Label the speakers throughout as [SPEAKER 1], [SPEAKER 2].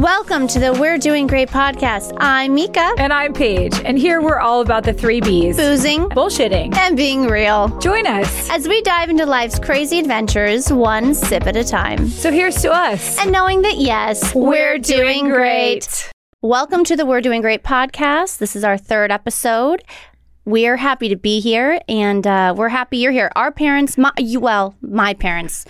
[SPEAKER 1] Welcome to the We're Doing Great podcast. I'm Mika,
[SPEAKER 2] And I'm Paige, and here we're all about the three B's
[SPEAKER 1] boozing
[SPEAKER 2] bullshitting.
[SPEAKER 1] and being real.
[SPEAKER 2] Join us.
[SPEAKER 1] As we dive into life's crazy adventures, one sip at a time.
[SPEAKER 2] So here's to us.
[SPEAKER 1] And knowing that, yes, we're, doing great. Welcome to the We're Doing Great podcast. This is our third episode. We're happy to be here, and uh, we're happy you're here. Our parents, my, you, well, my parents,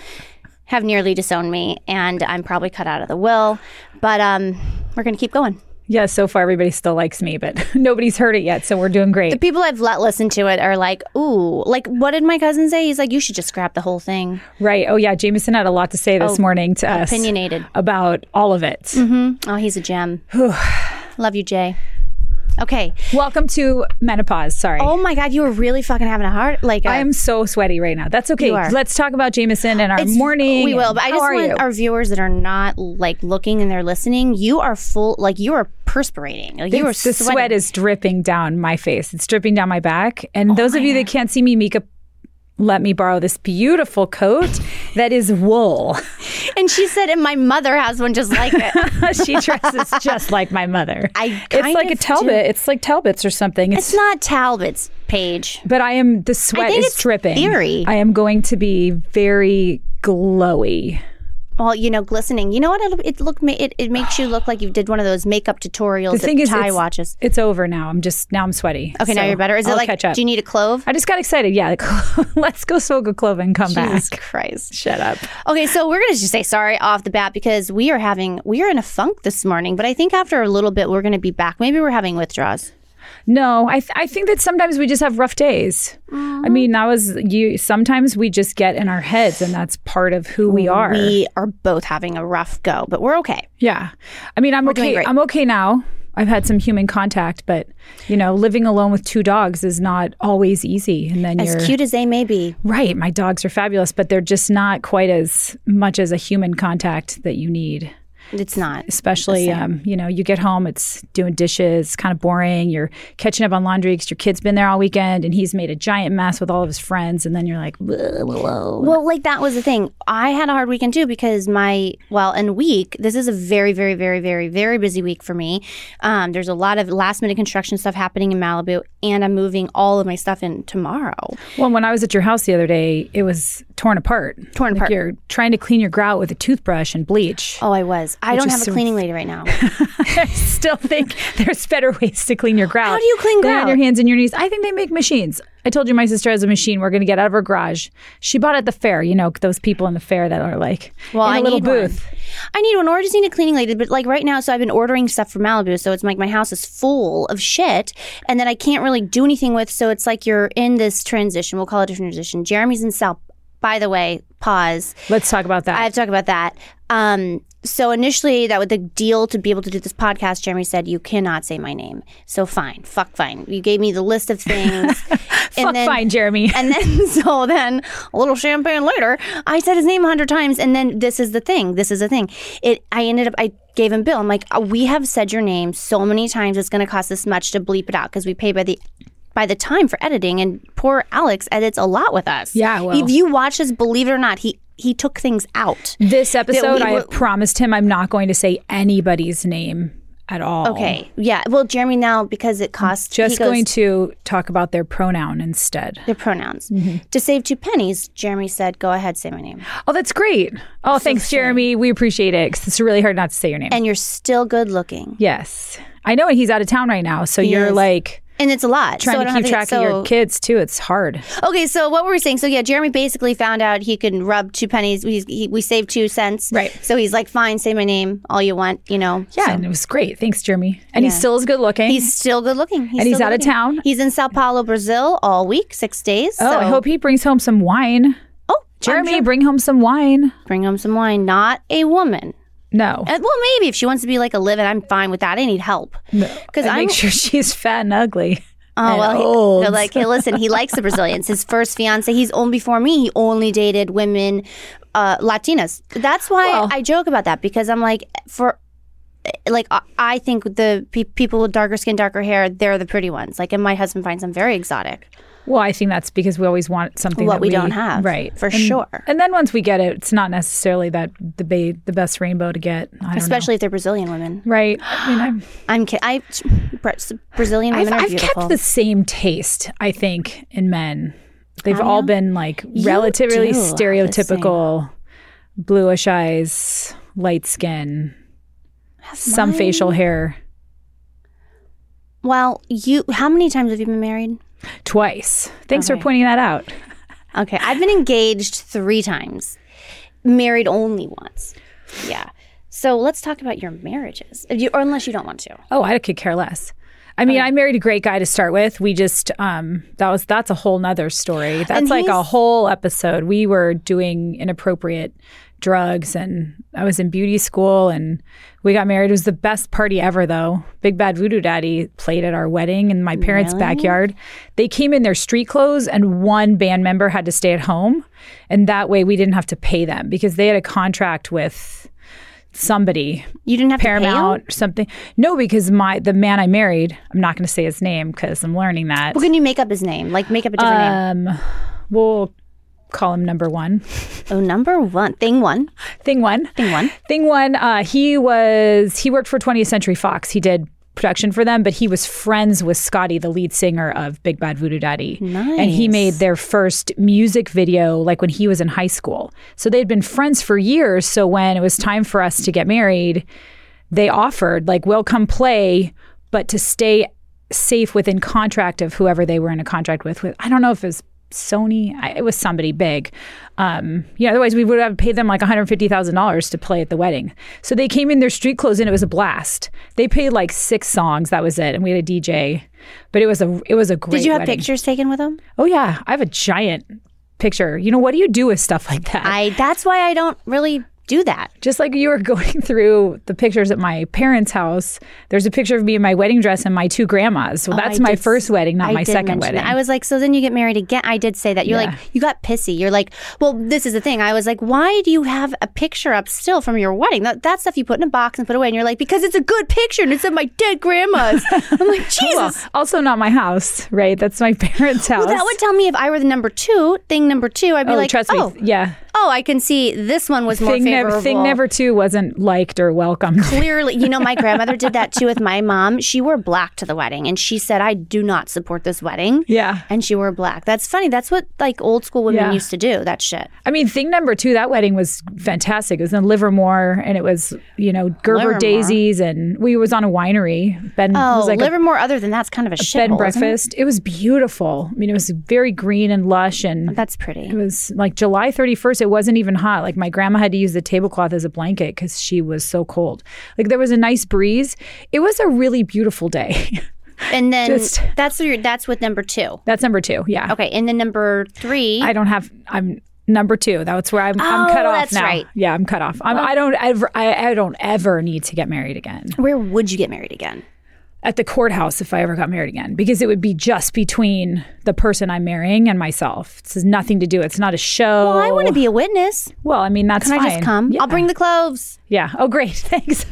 [SPEAKER 1] have nearly disowned me, and I'm probably cut out of the will. But um, we're going to keep going.
[SPEAKER 2] Yeah, so far everybody still likes me, but nobody's heard it yet, so we're doing
[SPEAKER 1] The
[SPEAKER 2] great.
[SPEAKER 1] people I've let listen to it are like, "Ooh, like what did my cousin say?" He's like, "You should just scrap the whole thing."
[SPEAKER 2] Right. Oh, yeah, Jameson had a lot to say this morning to us
[SPEAKER 1] Oh, Opinionated.
[SPEAKER 2] about all of it.
[SPEAKER 1] Oh, he's a gem. Love you, Jay. Okay.
[SPEAKER 2] Welcome to menopause. Sorry.
[SPEAKER 1] Oh my God, you were really fucking having a heart like uh, a-
[SPEAKER 2] I am so sweaty right now. That's okay.
[SPEAKER 1] You are.
[SPEAKER 2] Let's talk about Jameson and our
[SPEAKER 1] It's-
[SPEAKER 2] morning.
[SPEAKER 1] We will,
[SPEAKER 2] and
[SPEAKER 1] but I
[SPEAKER 2] how
[SPEAKER 1] just
[SPEAKER 2] are
[SPEAKER 1] want
[SPEAKER 2] you?
[SPEAKER 1] our viewers that are not like looking and they're listening. You are full, like you are perspirating. Like you are
[SPEAKER 2] It's- the
[SPEAKER 1] sweating.
[SPEAKER 2] sweat is dripping down my face. It's dripping down my back.
[SPEAKER 1] Oh
[SPEAKER 2] And those of you that can't see me, Mika, let me borrow this beautiful coat that is wool.
[SPEAKER 1] and she said, and my mother has one just like it.
[SPEAKER 2] she dresses just like my mother.
[SPEAKER 1] I
[SPEAKER 2] it's
[SPEAKER 1] kind
[SPEAKER 2] like a
[SPEAKER 1] of do.
[SPEAKER 2] Talbot. It's like Talbot's or something. It's,
[SPEAKER 1] it's not Talbot's page.
[SPEAKER 2] but I am the sweat
[SPEAKER 1] think
[SPEAKER 2] is
[SPEAKER 1] it's
[SPEAKER 2] dripping.
[SPEAKER 1] theory.
[SPEAKER 2] I am going to be very glowy.
[SPEAKER 1] Well, you know, glistening. You know what? It, it looked. ma- It, it makes you look like you did one of those makeup tutorials.
[SPEAKER 2] The
[SPEAKER 1] that
[SPEAKER 2] thing is,
[SPEAKER 1] Ty
[SPEAKER 2] it's-
[SPEAKER 1] watches.
[SPEAKER 2] It's over now. I'm just now I'm sweaty.
[SPEAKER 1] Okay, now
[SPEAKER 2] So
[SPEAKER 1] you're better. Is
[SPEAKER 2] I'll
[SPEAKER 1] it like?
[SPEAKER 2] catch up?
[SPEAKER 1] Do you need a clove?
[SPEAKER 2] I just got excited. Yeah, like, let's go smoke a clove and come
[SPEAKER 1] Jesus
[SPEAKER 2] back.
[SPEAKER 1] Christ.
[SPEAKER 2] Shut up.
[SPEAKER 1] Okay, so we're gonna just say sorry off the bat because we are having we are in a funk this morning, but I think after a little bit we're gonna be back. Maybe we're having withdrawals.
[SPEAKER 2] No, I, th- I think that sometimes we just have rough days. I mean, that was you. Sometimes we just get in our heads, and that's part of who we are.
[SPEAKER 1] We are both having a rough go, but we're okay.
[SPEAKER 2] yeah. I mean, I'm
[SPEAKER 1] doing
[SPEAKER 2] okay.
[SPEAKER 1] great.
[SPEAKER 2] I'm okay now. I've had some human contact, but you know, living alone with two dogs is not always easy. And then
[SPEAKER 1] As
[SPEAKER 2] you're
[SPEAKER 1] cute as they may be.
[SPEAKER 2] right. My dogs are fabulous, but they're just not quite as much as a human contact that you need.
[SPEAKER 1] It's not.
[SPEAKER 2] especially um, you know you get home it's doing dishes it's kind of boring you're catching up on laundry because your kid's been there all weekend and he's made a giant mess with all of his friends and then you're like whoa, whoa, whoa.
[SPEAKER 1] Well, like that was the thing. I had a hard weekend too because my well and week. This is a very, very, very, very, very busy week for me. Um, there's a lot of last minute construction stuff happening in Malibu, and I'm moving all of my stuff in tomorrow.
[SPEAKER 2] well when i was at your house the other day it was torn apart
[SPEAKER 1] Torn
[SPEAKER 2] like
[SPEAKER 1] apart.
[SPEAKER 2] you're trying to clean your grout with a toothbrush and bleach
[SPEAKER 1] Oh, I was. I don't
[SPEAKER 2] is
[SPEAKER 1] have a
[SPEAKER 2] so-
[SPEAKER 1] cleaning lady right now.
[SPEAKER 2] i still think there's better ways to clean your grout
[SPEAKER 1] How do you clean
[SPEAKER 2] than on
[SPEAKER 1] grout?
[SPEAKER 2] your hands and your knees i think they make machines i told you my sister has a machine we're going to get out of her garage she bought it at the fair you know those people in the fair that are like
[SPEAKER 1] Well,
[SPEAKER 2] in a
[SPEAKER 1] I
[SPEAKER 2] little
[SPEAKER 1] need
[SPEAKER 2] booth
[SPEAKER 1] One. I need one, or I just need a cleaning lady. But like right now, so I've been ordering stuff from Malibu, so it's like my house is full of shit, and that I can't really do anything with. So it's like you're in this transition. We'll call it a transition. Jeremy's in South. By the way, pause.
[SPEAKER 2] let's talk about that
[SPEAKER 1] I have to talk about that. Um, so initially, that was the deal to be able to do this podcast. Jeremy said you cannot say my name. So fine, fuck fine. You gave me the list of things.
[SPEAKER 2] Fuck fine, Jeremy.
[SPEAKER 1] And then, so then, a little champagne later, I said his name a hundred times. And then, this is the thing. This is the thing. It. I ended up. I gave him Bill. I'm like, "Oh, we have said your name so many times. It's going to cost this much to bleep it out because we pay by the. By the time for editing, and poor Alex edits a lot with us.
[SPEAKER 2] Yeah, well.
[SPEAKER 1] if you watch this, believe it or not, he he took things out.
[SPEAKER 2] This episode,
[SPEAKER 1] we
[SPEAKER 2] I
[SPEAKER 1] were-
[SPEAKER 2] have promised him I'm not going to say anybody's name at all.
[SPEAKER 1] Okay, yeah. Well, Jeremy now because it costs he
[SPEAKER 2] Just
[SPEAKER 1] goes-
[SPEAKER 2] going to talk about their pronoun instead.
[SPEAKER 1] the pronouns
[SPEAKER 2] Mm-hmm.
[SPEAKER 1] to save two pennies. Jeremy said, "Go ahead, say my name."
[SPEAKER 2] Oh, that's great. Oh, thanks, Jeremy. We appreciate it 'cause it's really hard not to say your name.
[SPEAKER 1] And you're still good looking,
[SPEAKER 2] yes. I know, and he's out of town right now. So you're
[SPEAKER 1] is.
[SPEAKER 2] like
[SPEAKER 1] and it's a lot. so I
[SPEAKER 2] trying
[SPEAKER 1] don't
[SPEAKER 2] to
[SPEAKER 1] have
[SPEAKER 2] keep track
[SPEAKER 1] so,
[SPEAKER 2] of your kids too. It's hard.
[SPEAKER 1] Okay, so what were we saying? So yeah, Jeremy basically found out he could rub two pennies. We, he, we saved two cents.
[SPEAKER 2] Right.
[SPEAKER 1] So he's like, fine, say my name all you want. You know.
[SPEAKER 2] Yeah.
[SPEAKER 1] So
[SPEAKER 2] And it was great. Thanks, Jeremy. And he
[SPEAKER 1] Yeah.
[SPEAKER 2] still is good looking.
[SPEAKER 1] he's still good looking. He's
[SPEAKER 2] And he's
[SPEAKER 1] still
[SPEAKER 2] out of
[SPEAKER 1] good-looking.
[SPEAKER 2] town?
[SPEAKER 1] He's in Sao Paulo, Brazil, all week, six days.
[SPEAKER 2] oh,
[SPEAKER 1] so.
[SPEAKER 2] I hope he brings home some wine.
[SPEAKER 1] Oh,
[SPEAKER 2] Jeremy,
[SPEAKER 1] Jeremy,
[SPEAKER 2] bring home some wine.
[SPEAKER 1] bring him some wine. Not a woman.
[SPEAKER 2] No.
[SPEAKER 1] Uh, well, maybe if she wants to be like a living, I'm fine with that. I need help. Because
[SPEAKER 2] And
[SPEAKER 1] I'm.
[SPEAKER 2] make sure she's fat and ugly.
[SPEAKER 1] oh well, he-
[SPEAKER 2] old.
[SPEAKER 1] they're like, hey, listen, he likes the Brazilians. His first fiance, he's on before me. He only dated women, uh, Latinas. That's why
[SPEAKER 2] Well-
[SPEAKER 1] I joke about that because I'm like, for like, I- I think the pe- people with darker skin, darker hair, they're the pretty ones. Like, and my husband finds them very exotic.
[SPEAKER 2] Well, I think that's because we always want something
[SPEAKER 1] What
[SPEAKER 2] that
[SPEAKER 1] we don't have,
[SPEAKER 2] right?
[SPEAKER 1] for
[SPEAKER 2] And-
[SPEAKER 1] sure.
[SPEAKER 2] And then once we get it, it's not necessarily that the ba- the best rainbow to get, I don't know.
[SPEAKER 1] especially if they're Brazilian women.
[SPEAKER 2] right. I mean, I'm,
[SPEAKER 1] I'm kidding. I Bra- Brazilian
[SPEAKER 2] I've,
[SPEAKER 1] women are
[SPEAKER 2] I've
[SPEAKER 1] beautiful.
[SPEAKER 2] kept the same taste, I think, in men. They've all been like relatively
[SPEAKER 1] do have the
[SPEAKER 2] stereotypical, bluish eyes, light skin, some
[SPEAKER 1] mine-
[SPEAKER 2] facial hair.
[SPEAKER 1] well, you. How many times have you been married?
[SPEAKER 2] Twice. Thanks
[SPEAKER 1] Okay.
[SPEAKER 2] for pointing that out.
[SPEAKER 1] Okay, I've been engaged three times, married only once. Yeah. So let's talk about your marriages, if you, or unless you don't want to.
[SPEAKER 2] Oh, I could care less. I mean, I married a great guy to start with. We just um that was that's a whole nother story. That's like a
[SPEAKER 1] he's-
[SPEAKER 2] whole episode. We were doing inappropriate drugs and I was in beauty school and we got married. It was the best party ever though. Big Bad Voodoo Daddy played at our wedding in my parents' backyard. They came in their street clothes and one band member had to stay at home. And that way we didn't have to pay them because they had a contract with somebody
[SPEAKER 1] You didn't have to pay him?
[SPEAKER 2] Paramount or something. No, because my the man I married, I'm not going to say his name because I'm learning that.
[SPEAKER 1] Well, can you make up his name? Like make up a different name.
[SPEAKER 2] Um, we'll call him number one.
[SPEAKER 1] Oh, number one, thing one,
[SPEAKER 2] Thing one.
[SPEAKER 1] thing one.
[SPEAKER 2] Thing one. Uh, he was he worked for 20th Century Fox. He did production for them, but he was friends with Scotty, the lead singer of Big Bad Voodoo Daddy, and he
[SPEAKER 1] Nice.
[SPEAKER 2] made their first music video like when he was in high school. So they'd been friends for years. So when it was time for us to get married, they offered like we'll come play but to stay safe within contract of whoever they were in a contract with with i don't know if it was sony I, it was somebody big um yeah otherwise we would have paid them like $150000 to play at the wedding so they came in their street clothes and it was a blast they played like six songs that was it and we had a dj but it was a it was a great
[SPEAKER 1] Did you have
[SPEAKER 2] wedding.
[SPEAKER 1] pictures taken with him?
[SPEAKER 2] oh yeah i have a giant picture you know what do you do with stuff like that
[SPEAKER 1] I. That's why I don't really do that.
[SPEAKER 2] just like you were going through the pictures at my parents' house, there's a picture of me in my wedding dress and my two grandmas. So that's
[SPEAKER 1] Oh, I
[SPEAKER 2] my
[SPEAKER 1] did s-
[SPEAKER 2] first wedding, not
[SPEAKER 1] I
[SPEAKER 2] my
[SPEAKER 1] did
[SPEAKER 2] second
[SPEAKER 1] mention
[SPEAKER 2] wedding.
[SPEAKER 1] That. I was like, so then you get married again. I did say that. You're like, you got pissy. You're like, well, this is the thing. I was like, why do you have a picture up still from your wedding? That, that stuff you put in a box and put away. And you're like, because it's a good picture and it's of my dead grandma's. I'm like, Jesus.
[SPEAKER 2] Well, also not my house, right? That's my parents' house.
[SPEAKER 1] Well, that would tell me if I were the number two thing. Number two, I'd be
[SPEAKER 2] oh,
[SPEAKER 1] like,
[SPEAKER 2] trust
[SPEAKER 1] oh,
[SPEAKER 2] me. Yeah.
[SPEAKER 1] oh, I can see this one was more
[SPEAKER 2] Thing,
[SPEAKER 1] favorable.
[SPEAKER 2] never, thing never two wasn't liked or welcomed.
[SPEAKER 1] Clearly, you know, my grandmother did that too with my mom. She wore black to the wedding, and she said, "I do not support this wedding."
[SPEAKER 2] yeah.
[SPEAKER 1] and she wore black. That's funny. That's what like old school women
[SPEAKER 2] Yeah.
[SPEAKER 1] used to do. That shit.
[SPEAKER 2] I mean, thing number two, that wedding was fantastic. It was in Livermore and it was, you know, Gerber
[SPEAKER 1] Livermore.
[SPEAKER 2] daisies and we was on a winery. Ben
[SPEAKER 1] Oh,
[SPEAKER 2] was like a
[SPEAKER 1] Livermore. other than that's kind of a shit.
[SPEAKER 2] bed and breakfast. It was beautiful. I mean, it was very green and lush and
[SPEAKER 1] That's
[SPEAKER 2] It
[SPEAKER 1] pretty.
[SPEAKER 2] was like July 31st. It wasn't even hot. Like my grandma had to use the tablecloth as a blanket because she was so cold. Like there was a nice breeze. It was a really beautiful day.
[SPEAKER 1] And then
[SPEAKER 2] Just-
[SPEAKER 1] that's your that's with number two.
[SPEAKER 2] That's number two. Yeah.
[SPEAKER 1] Okay, and then number three.
[SPEAKER 2] I don't have, I'm number two. That's where I'm, I'm
[SPEAKER 1] Oh,
[SPEAKER 2] cut off
[SPEAKER 1] that's
[SPEAKER 2] now.
[SPEAKER 1] right.
[SPEAKER 2] Yeah. I'm cut off. I'm, I don't ever, I, I don't ever need to get married again
[SPEAKER 1] where would you get married again?
[SPEAKER 2] at the courthouse if I ever got married again because it would be just between the person I'm marrying and myself. This has nothing to do. It's not a show.
[SPEAKER 1] Well, I want to be a witness.
[SPEAKER 2] Well, I mean, that's
[SPEAKER 1] Can
[SPEAKER 2] Oh. fine.
[SPEAKER 1] I just come?
[SPEAKER 2] Yeah.
[SPEAKER 1] I'll bring the cloves.
[SPEAKER 2] Yeah. Oh, great. Thanks.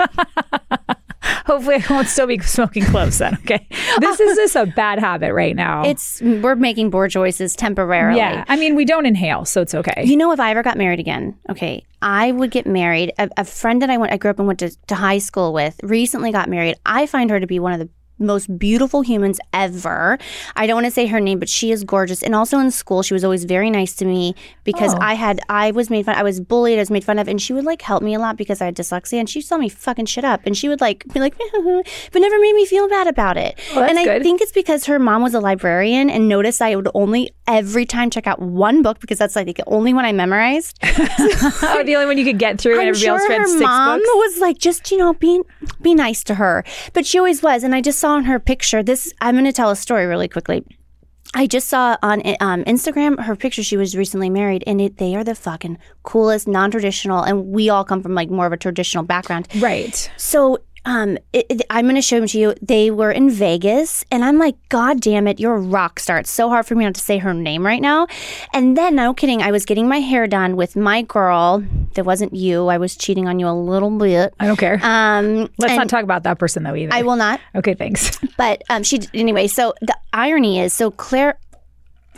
[SPEAKER 2] Hopefully, I won't still be smoking cloves then. Okay. This is just a bad habit right now.
[SPEAKER 1] It's we're making poor choices temporarily.
[SPEAKER 2] yeah. I mean, we don't inhale, so it's okay.
[SPEAKER 1] You know, if I ever got married again, okay, I would get married. A, a friend that I went, I grew up and went to, to high school with, recently got married. I find her to be one of the most beautiful humans ever. I don't want to say her name, but she is gorgeous. And also in school, she was always very nice to me because I had, I was made fun, I was bullied, I was made fun of, and she would like help me a lot because I had dyslexia, and she saw me fucking shit up, and she would like be like, but never made me feel bad about it.
[SPEAKER 2] that's
[SPEAKER 1] and I
[SPEAKER 2] good.
[SPEAKER 1] think think it's because her mom was a librarian and noticed I would only every time check out one book because that's like the only one I memorized.
[SPEAKER 2] Oh, the only one you could get through, and
[SPEAKER 1] I'm
[SPEAKER 2] everybody
[SPEAKER 1] sure
[SPEAKER 2] else read
[SPEAKER 1] her
[SPEAKER 2] six
[SPEAKER 1] mom
[SPEAKER 2] books.
[SPEAKER 1] was like, just you know, be be nice to her, but she always was. And I just saw in her picture this. I'm going to tell a story really quickly. I just saw on um, Instagram her picture. She was recently married, and it, they are the fucking coolest, non-traditional. And we all come from like more of a traditional background.
[SPEAKER 2] Right.
[SPEAKER 1] So um, it, it- I'm going to show them to you. They were in Vegas, and I'm like, God damn it, you're a rock star. It's so hard for me not to say her name right now. And then, no kidding, I was getting my hair done with my girl. That wasn't you. I was cheating on you a little bit.
[SPEAKER 2] I don't care.
[SPEAKER 1] Um,
[SPEAKER 2] Let's not talk about that person, though, either.
[SPEAKER 1] I will not.
[SPEAKER 2] okay. Thanks.
[SPEAKER 1] But um, she anyway. So the irony is, so Claire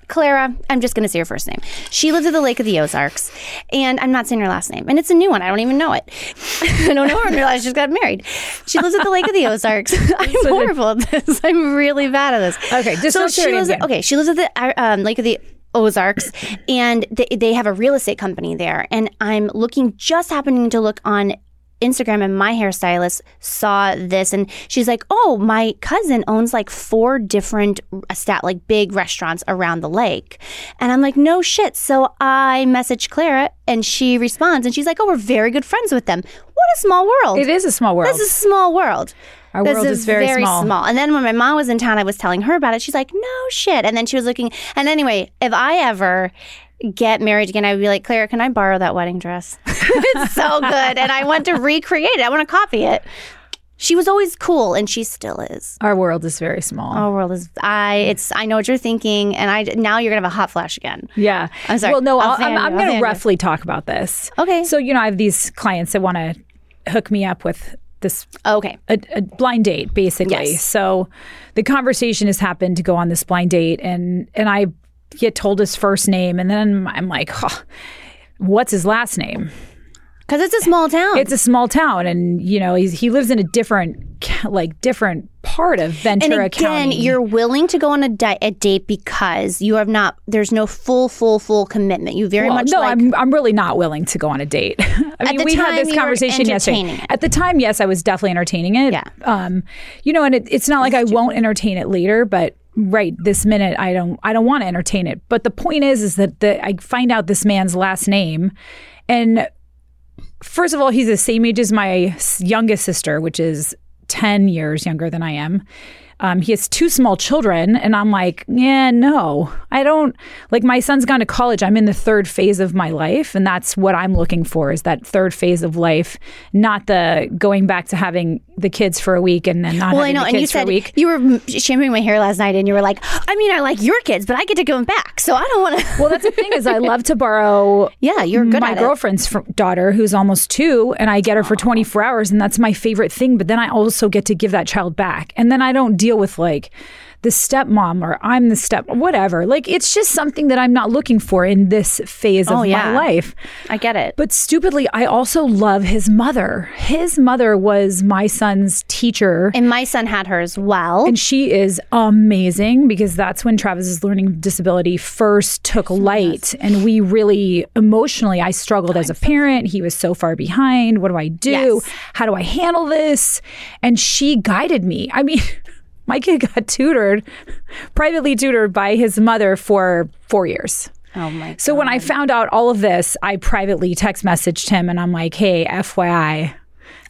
[SPEAKER 1] Clara, I'm just going to say her first name. She lives at the Lake of the Ozarks, and I'm not saying her last name. And it's a new one. I don't even know it. I don't know her and realize she's got married. She lives at the Lake of the Ozarks. I'm horrible at this. I'm really bad at this.
[SPEAKER 2] Okay, just
[SPEAKER 1] so
[SPEAKER 2] don't say her
[SPEAKER 1] she
[SPEAKER 2] name
[SPEAKER 1] lives.
[SPEAKER 2] again.
[SPEAKER 1] okay, she lives at the um, Lake of the Ozarks, and they, they have a real estate company there. And I'm looking, just happening to look on Instagram, and my hairstylist saw this, and she's like, "Oh, my cousin owns like four different uh, stat like big restaurants around the lake," and I'm like, "No shit." So I message Clara, and she responds, and she's like, "Oh, we're very good friends with them. What a small world!
[SPEAKER 2] It is a small world.
[SPEAKER 1] This is a small world.
[SPEAKER 2] Our
[SPEAKER 1] this
[SPEAKER 2] world is very small.
[SPEAKER 1] And then when my mom was in town, I was telling her about it. She's like, no shit. And then she was looking. And anyway, if I ever get married again, I would be like, Clara, can I borrow that wedding dress? it's so good. And I want to recreate it, I want to copy it. She was always cool, and she still is.
[SPEAKER 2] Our world is very small.
[SPEAKER 1] Our world is. I. It's. I know what you're thinking, and I. Now you're gonna have a hot flash again.
[SPEAKER 2] Yeah.
[SPEAKER 1] I'm sorry.
[SPEAKER 2] Well, no,
[SPEAKER 1] I'll
[SPEAKER 2] I'll,
[SPEAKER 1] fan
[SPEAKER 2] I'm,
[SPEAKER 1] you.
[SPEAKER 2] I'm
[SPEAKER 1] I'll
[SPEAKER 2] going
[SPEAKER 1] fan
[SPEAKER 2] to
[SPEAKER 1] you.
[SPEAKER 2] roughly talk about this.
[SPEAKER 1] Okay.
[SPEAKER 2] So, you know, I have these clients that want to hook me up with this
[SPEAKER 1] Okay.
[SPEAKER 2] a, a blind date basically.
[SPEAKER 1] Yes.
[SPEAKER 2] So the conversation has happened to go on this blind date and and I get told his first name and then I'm like, huh, what's his last name?
[SPEAKER 1] Because it's a small town.
[SPEAKER 2] It's a small town and you know, he's, he lives in a different ca- like different part of
[SPEAKER 1] and
[SPEAKER 2] Ventura
[SPEAKER 1] again,
[SPEAKER 2] County.
[SPEAKER 1] you're willing to go on a, di- a date because you have not. There's no full, full, full commitment. You very
[SPEAKER 2] Well,
[SPEAKER 1] much
[SPEAKER 2] no,
[SPEAKER 1] like
[SPEAKER 2] I'm, I'm really not willing to go on a date. I mean,
[SPEAKER 1] the
[SPEAKER 2] we
[SPEAKER 1] time,
[SPEAKER 2] had this
[SPEAKER 1] you were
[SPEAKER 2] conversation yesterday.
[SPEAKER 1] entertaining it.
[SPEAKER 2] At the time, yes, I was definitely entertaining it.
[SPEAKER 1] Yeah.
[SPEAKER 2] Um, you know, and it, it's not like I won't entertain it later, but right this minute, I don't, I don't want to entertain it. But the point is, is that the, I find out this man's last name, and first of all, he's the same age as my s- youngest sister, which is 10 years younger than I am. Um, he has two small children, and I'm like, yeah, no, I don't. Like, my son's gone to college. I'm in the third phase of my life, and that's what I'm looking for is that third phase of life, not the going back to having the kids for a week and then not
[SPEAKER 1] Well, I
[SPEAKER 2] having
[SPEAKER 1] know,
[SPEAKER 2] the
[SPEAKER 1] and
[SPEAKER 2] kids
[SPEAKER 1] you
[SPEAKER 2] for a
[SPEAKER 1] said
[SPEAKER 2] week.
[SPEAKER 1] you were mm, shampooing my hair last night, and you were like, "I mean, I like your kids, but I get to give them back, so I don't want to."
[SPEAKER 2] Well, that's the thing is, I love to borrow
[SPEAKER 1] yeah, you're good
[SPEAKER 2] my
[SPEAKER 1] at it.
[SPEAKER 2] girlfriend's fr- daughter who's almost two and i get her for 24 hours and that's my favorite thing but then i also get to give that child back and then i don't deal with like the stepmom or i'm the step whatever like it's just something that i'm not looking for in this phase
[SPEAKER 1] Oh,
[SPEAKER 2] of
[SPEAKER 1] yeah.
[SPEAKER 2] my life
[SPEAKER 1] I get it.
[SPEAKER 2] but stupidly i also love his mother his mother was my son's teacher
[SPEAKER 1] and my son had hers well.
[SPEAKER 2] and she is amazing because that's when Travis's learning disability first took light. And we really emotionally, I struggled as a parent. He was so far behind. What do I do?
[SPEAKER 1] Yes.
[SPEAKER 2] How do I handle this? And she guided me. I mean, my kid got tutored, privately tutored by his mother for four years.
[SPEAKER 1] oh my!
[SPEAKER 2] So when I found out all of this, I privately text messaged him and I'm like, hey, FYI,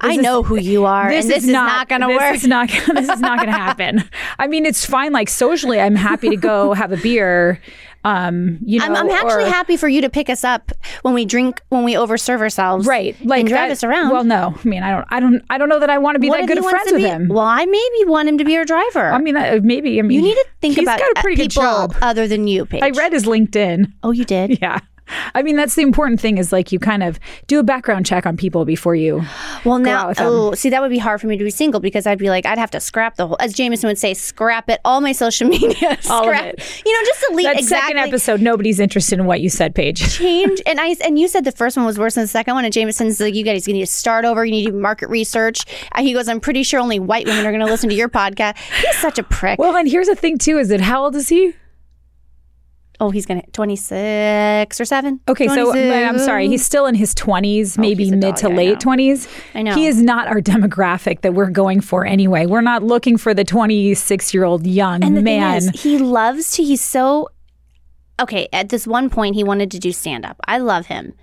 [SPEAKER 1] I know who you are, and this is, not, going to
[SPEAKER 2] this
[SPEAKER 1] work.
[SPEAKER 2] Is not, this is not going to happen. I mean, it's fine. Like socially, I'm happy to go have a beer. Um, you know,
[SPEAKER 1] I'm, I'm actually
[SPEAKER 2] or-
[SPEAKER 1] happy for you to pick us up when we drink, when we overserve ourselves,
[SPEAKER 2] right. Like
[SPEAKER 1] and drive
[SPEAKER 2] that-
[SPEAKER 1] us around.
[SPEAKER 2] Well, no, I mean, I don't, I don't, I don't know that I want to be
[SPEAKER 1] What
[SPEAKER 2] that
[SPEAKER 1] if
[SPEAKER 2] good
[SPEAKER 1] he
[SPEAKER 2] of
[SPEAKER 1] wants
[SPEAKER 2] friends
[SPEAKER 1] to
[SPEAKER 2] with
[SPEAKER 1] be-
[SPEAKER 2] him.
[SPEAKER 1] Well, I maybe want him to be your driver.
[SPEAKER 2] I mean, uh, maybe. I mean,
[SPEAKER 1] you need to think about uh,
[SPEAKER 2] He's got a pretty good
[SPEAKER 1] people
[SPEAKER 2] job.
[SPEAKER 1] other than you, Paige.
[SPEAKER 2] I read his LinkedIn.
[SPEAKER 1] Oh, you did.
[SPEAKER 2] Yeah. I mean, that's the important thing is like you kind of do a background check on people before you.
[SPEAKER 1] Well,
[SPEAKER 2] out
[SPEAKER 1] now,
[SPEAKER 2] with 'em.
[SPEAKER 1] oh, see, that would be hard for me to be single because I'd be like, I'd have to scrap the whole, as Jameson would say, scrap it, all my social media,
[SPEAKER 2] All of
[SPEAKER 1] scrap,
[SPEAKER 2] it.
[SPEAKER 1] you know, just delete
[SPEAKER 2] That
[SPEAKER 1] exactly.
[SPEAKER 2] second episode, nobody's interested in what you said, Paige.
[SPEAKER 1] Change and I and you said the first one was worse than the second one. And Jameson's like, you guys need to start over. You need to do market research. And he goes, I'm pretty sure only white women are going to listen to your podcast. He's such a prick.
[SPEAKER 2] Well, and here's the thing too: is that how old is he?
[SPEAKER 1] oh, he's going to 26 or seven.
[SPEAKER 2] Okay, so
[SPEAKER 1] 26.
[SPEAKER 2] I'm sorry. He's still in his 20s, maybe
[SPEAKER 1] Oh, he's a
[SPEAKER 2] mid
[SPEAKER 1] dog,
[SPEAKER 2] to
[SPEAKER 1] I know.
[SPEAKER 2] late 20s.
[SPEAKER 1] I know.
[SPEAKER 2] He is not our demographic that we're going for anyway. We're not looking for the 26 year old young
[SPEAKER 1] And the thing
[SPEAKER 2] man.
[SPEAKER 1] is, he loves to. He's so okay. At this one point, he wanted to do stand up. I love him.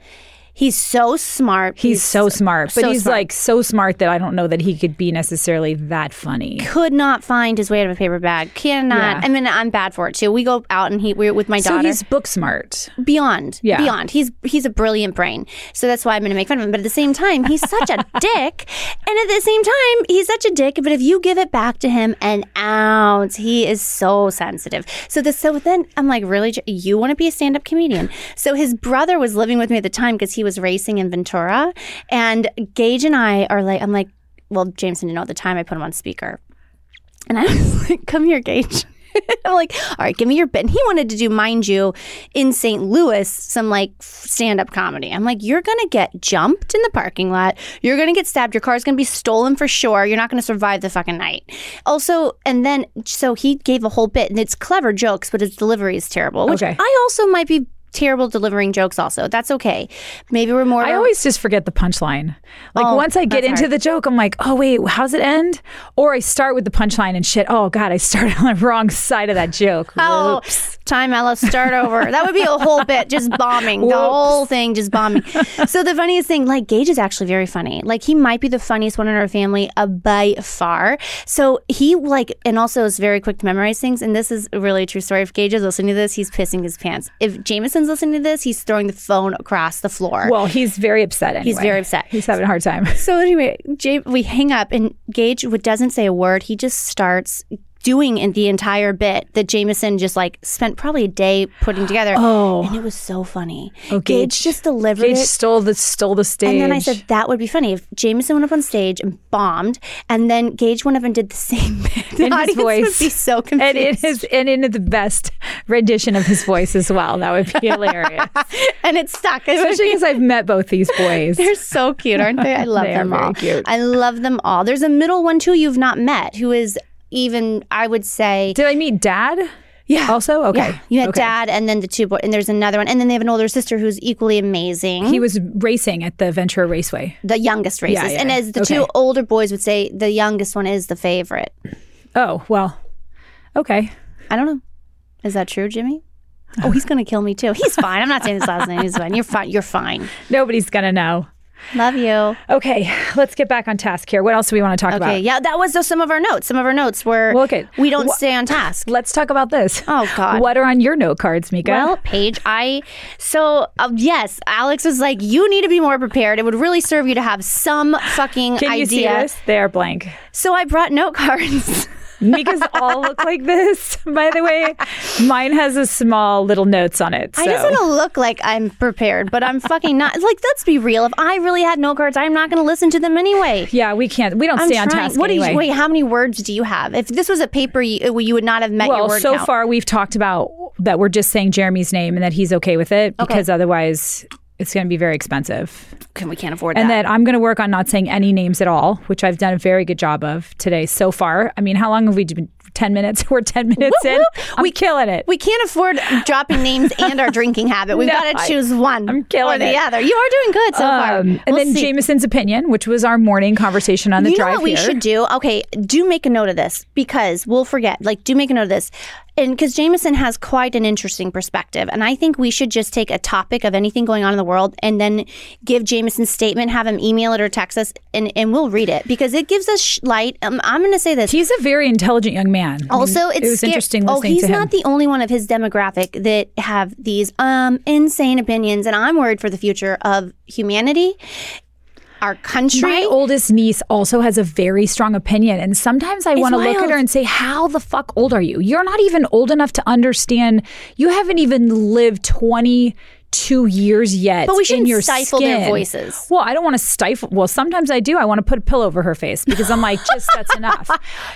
[SPEAKER 1] He's so smart.
[SPEAKER 2] he's so smart, but
[SPEAKER 1] so
[SPEAKER 2] he's
[SPEAKER 1] smart.
[SPEAKER 2] like so smart that I don't know that he could be necessarily that funny.
[SPEAKER 1] could not find his way out of a paper bag. Cannot.
[SPEAKER 2] Yeah.
[SPEAKER 1] I mean, I'm bad for it too. We go out and he we're with my
[SPEAKER 2] So
[SPEAKER 1] daughter.
[SPEAKER 2] he's book smart.
[SPEAKER 1] beyond.
[SPEAKER 2] Yeah.
[SPEAKER 1] Beyond. He's he's a brilliant brain. So that's why I'm going to make fun of him. But at the same time, he's such a dick. And at the same time, he's such a dick. But if you give it back to him an ounce, he is so sensitive. So this. So then I'm like, really, J- you want to be a stand up comedian? So his brother was living with me at the time because he was racing in Ventura, and Gage and I are like, I'm like, well, Jameson didn't know at the time. I put him on speaker, and I was like, come here, Gage. I'm like, all right, give me your bit. And he wanted to do, mind you, in St. Louis, some like stand up comedy. I'm like, you're going to get jumped in the parking lot. You're going to get stabbed. Your car's going to be stolen for sure. You're not going to survive the fucking night. Also, and then, so he gave a whole bit, and it's clever jokes, but his delivery is terrible, which
[SPEAKER 2] Okay.
[SPEAKER 1] I also might be terrible delivering jokes, also. That's okay. Maybe we're more.
[SPEAKER 2] I always just forget the punchline. Like
[SPEAKER 1] Oh,
[SPEAKER 2] once I get
[SPEAKER 1] that's
[SPEAKER 2] into
[SPEAKER 1] hard.
[SPEAKER 2] the joke, I'm like, oh wait, how's it end? Or I start with the punchline and shit. Oh god, I started on the wrong side of that joke.
[SPEAKER 1] Oh,
[SPEAKER 2] Whoops.
[SPEAKER 1] time out. Let's start over. That would be a whole bit just bombing the whole thing, just bombing. so the funniest thing, like Gage is actually very funny. Like he might be the funniest one in our family uh, by far. So he like, and also is very quick to memorize things. And this is really a true story. If Gage is listening to this, he's pissing his pants. If Jameson's listening to this, he's throwing the phone across the floor.
[SPEAKER 2] Well, he's very upset. Anyway.
[SPEAKER 1] He's very upset.
[SPEAKER 2] He's having a hard time.
[SPEAKER 1] So anyway, Jay, we hang up, and Gage w- doesn't say a word. He just starts doing in- the entire bit that Jameson just like spent probably a day putting together.
[SPEAKER 2] Oh.
[SPEAKER 1] and it was so funny.
[SPEAKER 2] Oh, Gage-
[SPEAKER 1] just delivered
[SPEAKER 2] Gage
[SPEAKER 1] it.
[SPEAKER 2] stole the stole the stage.
[SPEAKER 1] And then I said that would be funny if Jameson went up on stage and bombed, and then Gage went up and did the same bit. The
[SPEAKER 2] In his
[SPEAKER 1] audience
[SPEAKER 2] voice.
[SPEAKER 1] would be so confused.
[SPEAKER 2] and it is and in the best rendition of his voice as well. That would be hilarious,
[SPEAKER 1] and it stuck. It was
[SPEAKER 2] especially because I've met both these boys.
[SPEAKER 1] They're so cute, aren't they? I love
[SPEAKER 2] They are
[SPEAKER 1] them
[SPEAKER 2] very
[SPEAKER 1] all.
[SPEAKER 2] cute.
[SPEAKER 1] I love them all. There's a middle one too you've not met who is even I would say
[SPEAKER 2] Did I meet Dad?
[SPEAKER 1] Yeah.
[SPEAKER 2] Also, okay.
[SPEAKER 1] Yeah. You had
[SPEAKER 2] Okay.
[SPEAKER 1] dad and then the two boys and there's another one and then they have an older sister who's equally amazing.
[SPEAKER 2] He was racing at the Ventura Raceway.
[SPEAKER 1] the youngest racist.
[SPEAKER 2] yeah,
[SPEAKER 1] And
[SPEAKER 2] yeah.
[SPEAKER 1] as the
[SPEAKER 2] Okay.
[SPEAKER 1] two older boys would say, the youngest one is the favorite.
[SPEAKER 2] Oh well, okay.
[SPEAKER 1] I don't know. Is that true, Jimmy? Oh, he's gonna kill me too. He's fine. I'm not saying his last name. He's fine. You're fine. You're fine.
[SPEAKER 2] Nobody's gonna know.
[SPEAKER 1] Love you.
[SPEAKER 2] Okay, let's get back on task here. What else do we want to talk
[SPEAKER 1] Okay.
[SPEAKER 2] about?
[SPEAKER 1] Yeah, that was just some of our notes. Some of our notes were
[SPEAKER 2] Well, okay.
[SPEAKER 1] we don't
[SPEAKER 2] Wha-
[SPEAKER 1] stay on task.
[SPEAKER 2] Let's talk about this.
[SPEAKER 1] Oh, God.
[SPEAKER 2] What are on your note cards, Mika?
[SPEAKER 1] Well, Paige, I so um, yes, Alex was like, you need to be more prepared. It would really serve you to have some fucking
[SPEAKER 2] Can
[SPEAKER 1] idea.
[SPEAKER 2] you see this? They are blank.
[SPEAKER 1] So I brought note cards.
[SPEAKER 2] Mika's all look like this. By the way, mine has a small little notes on it. So.
[SPEAKER 1] I just want to look like I'm prepared, but I'm fucking not. Like, let's be real. If I really had note cards, I'm not going to listen to them anyway.
[SPEAKER 2] yeah, we can't. We don't
[SPEAKER 1] I'm
[SPEAKER 2] stay
[SPEAKER 1] trying.
[SPEAKER 2] on task.
[SPEAKER 1] what
[SPEAKER 2] anyway.
[SPEAKER 1] do you wait? How many words do you have? If this was a paper, you, you would not have met your
[SPEAKER 2] Well,
[SPEAKER 1] word
[SPEAKER 2] so
[SPEAKER 1] count.
[SPEAKER 2] far we've talked about that we're just saying Jeremy's name and that he's okay with it because otherwise it's going to be very expensive.
[SPEAKER 1] Can- we can't afford
[SPEAKER 2] And
[SPEAKER 1] that.
[SPEAKER 2] then I'm going to work on not saying any names at all, which I've done a very good job of today so far. I mean, how long have we been? 10 minutes. We're 10 minutes in. I'm we killing it.
[SPEAKER 1] we can't afford dropping names and our drinking habit. We've
[SPEAKER 2] No,
[SPEAKER 1] got to
[SPEAKER 2] I-
[SPEAKER 1] choose one
[SPEAKER 2] I'm
[SPEAKER 1] or
[SPEAKER 2] killing
[SPEAKER 1] the
[SPEAKER 2] it.
[SPEAKER 1] other. You are doing good so far.
[SPEAKER 2] Um, and
[SPEAKER 1] We'll
[SPEAKER 2] then
[SPEAKER 1] see.
[SPEAKER 2] Jameson's opinion, which was our morning conversation on the
[SPEAKER 1] you know
[SPEAKER 2] drive
[SPEAKER 1] what we
[SPEAKER 2] here.
[SPEAKER 1] should do? Okay, do make a note of this because we'll forget. Like, do make a note of this, and because Jameson has quite an interesting perspective, and I think we should just take a topic of anything going on in the world and then give Jameson's statement, have him email it or text us, and and we'll read it because it gives us sh- light. Um, I'm going to say this.
[SPEAKER 2] He's a very intelligent young man. I mean,
[SPEAKER 1] also, it's
[SPEAKER 2] it was
[SPEAKER 1] scar-
[SPEAKER 2] interesting
[SPEAKER 1] Oh,
[SPEAKER 2] listening
[SPEAKER 1] he's
[SPEAKER 2] to him.
[SPEAKER 1] not the only one of his demographic that have these um insane opinions, and I'm worried for the future of humanity, our country.
[SPEAKER 2] My oldest niece also has a very strong opinion. And sometimes I want to look
[SPEAKER 1] wild.
[SPEAKER 2] at her and say, How the fuck old are you? You're not even old enough to understand. You haven't even lived 22 years yet. But
[SPEAKER 1] we
[SPEAKER 2] in
[SPEAKER 1] shouldn't
[SPEAKER 2] your
[SPEAKER 1] stifle their
[SPEAKER 2] skin."
[SPEAKER 1] voices.
[SPEAKER 2] Well, I don't want to stifle. Well, sometimes I do. I want to put a pillow over her face because I'm like, just that's enough.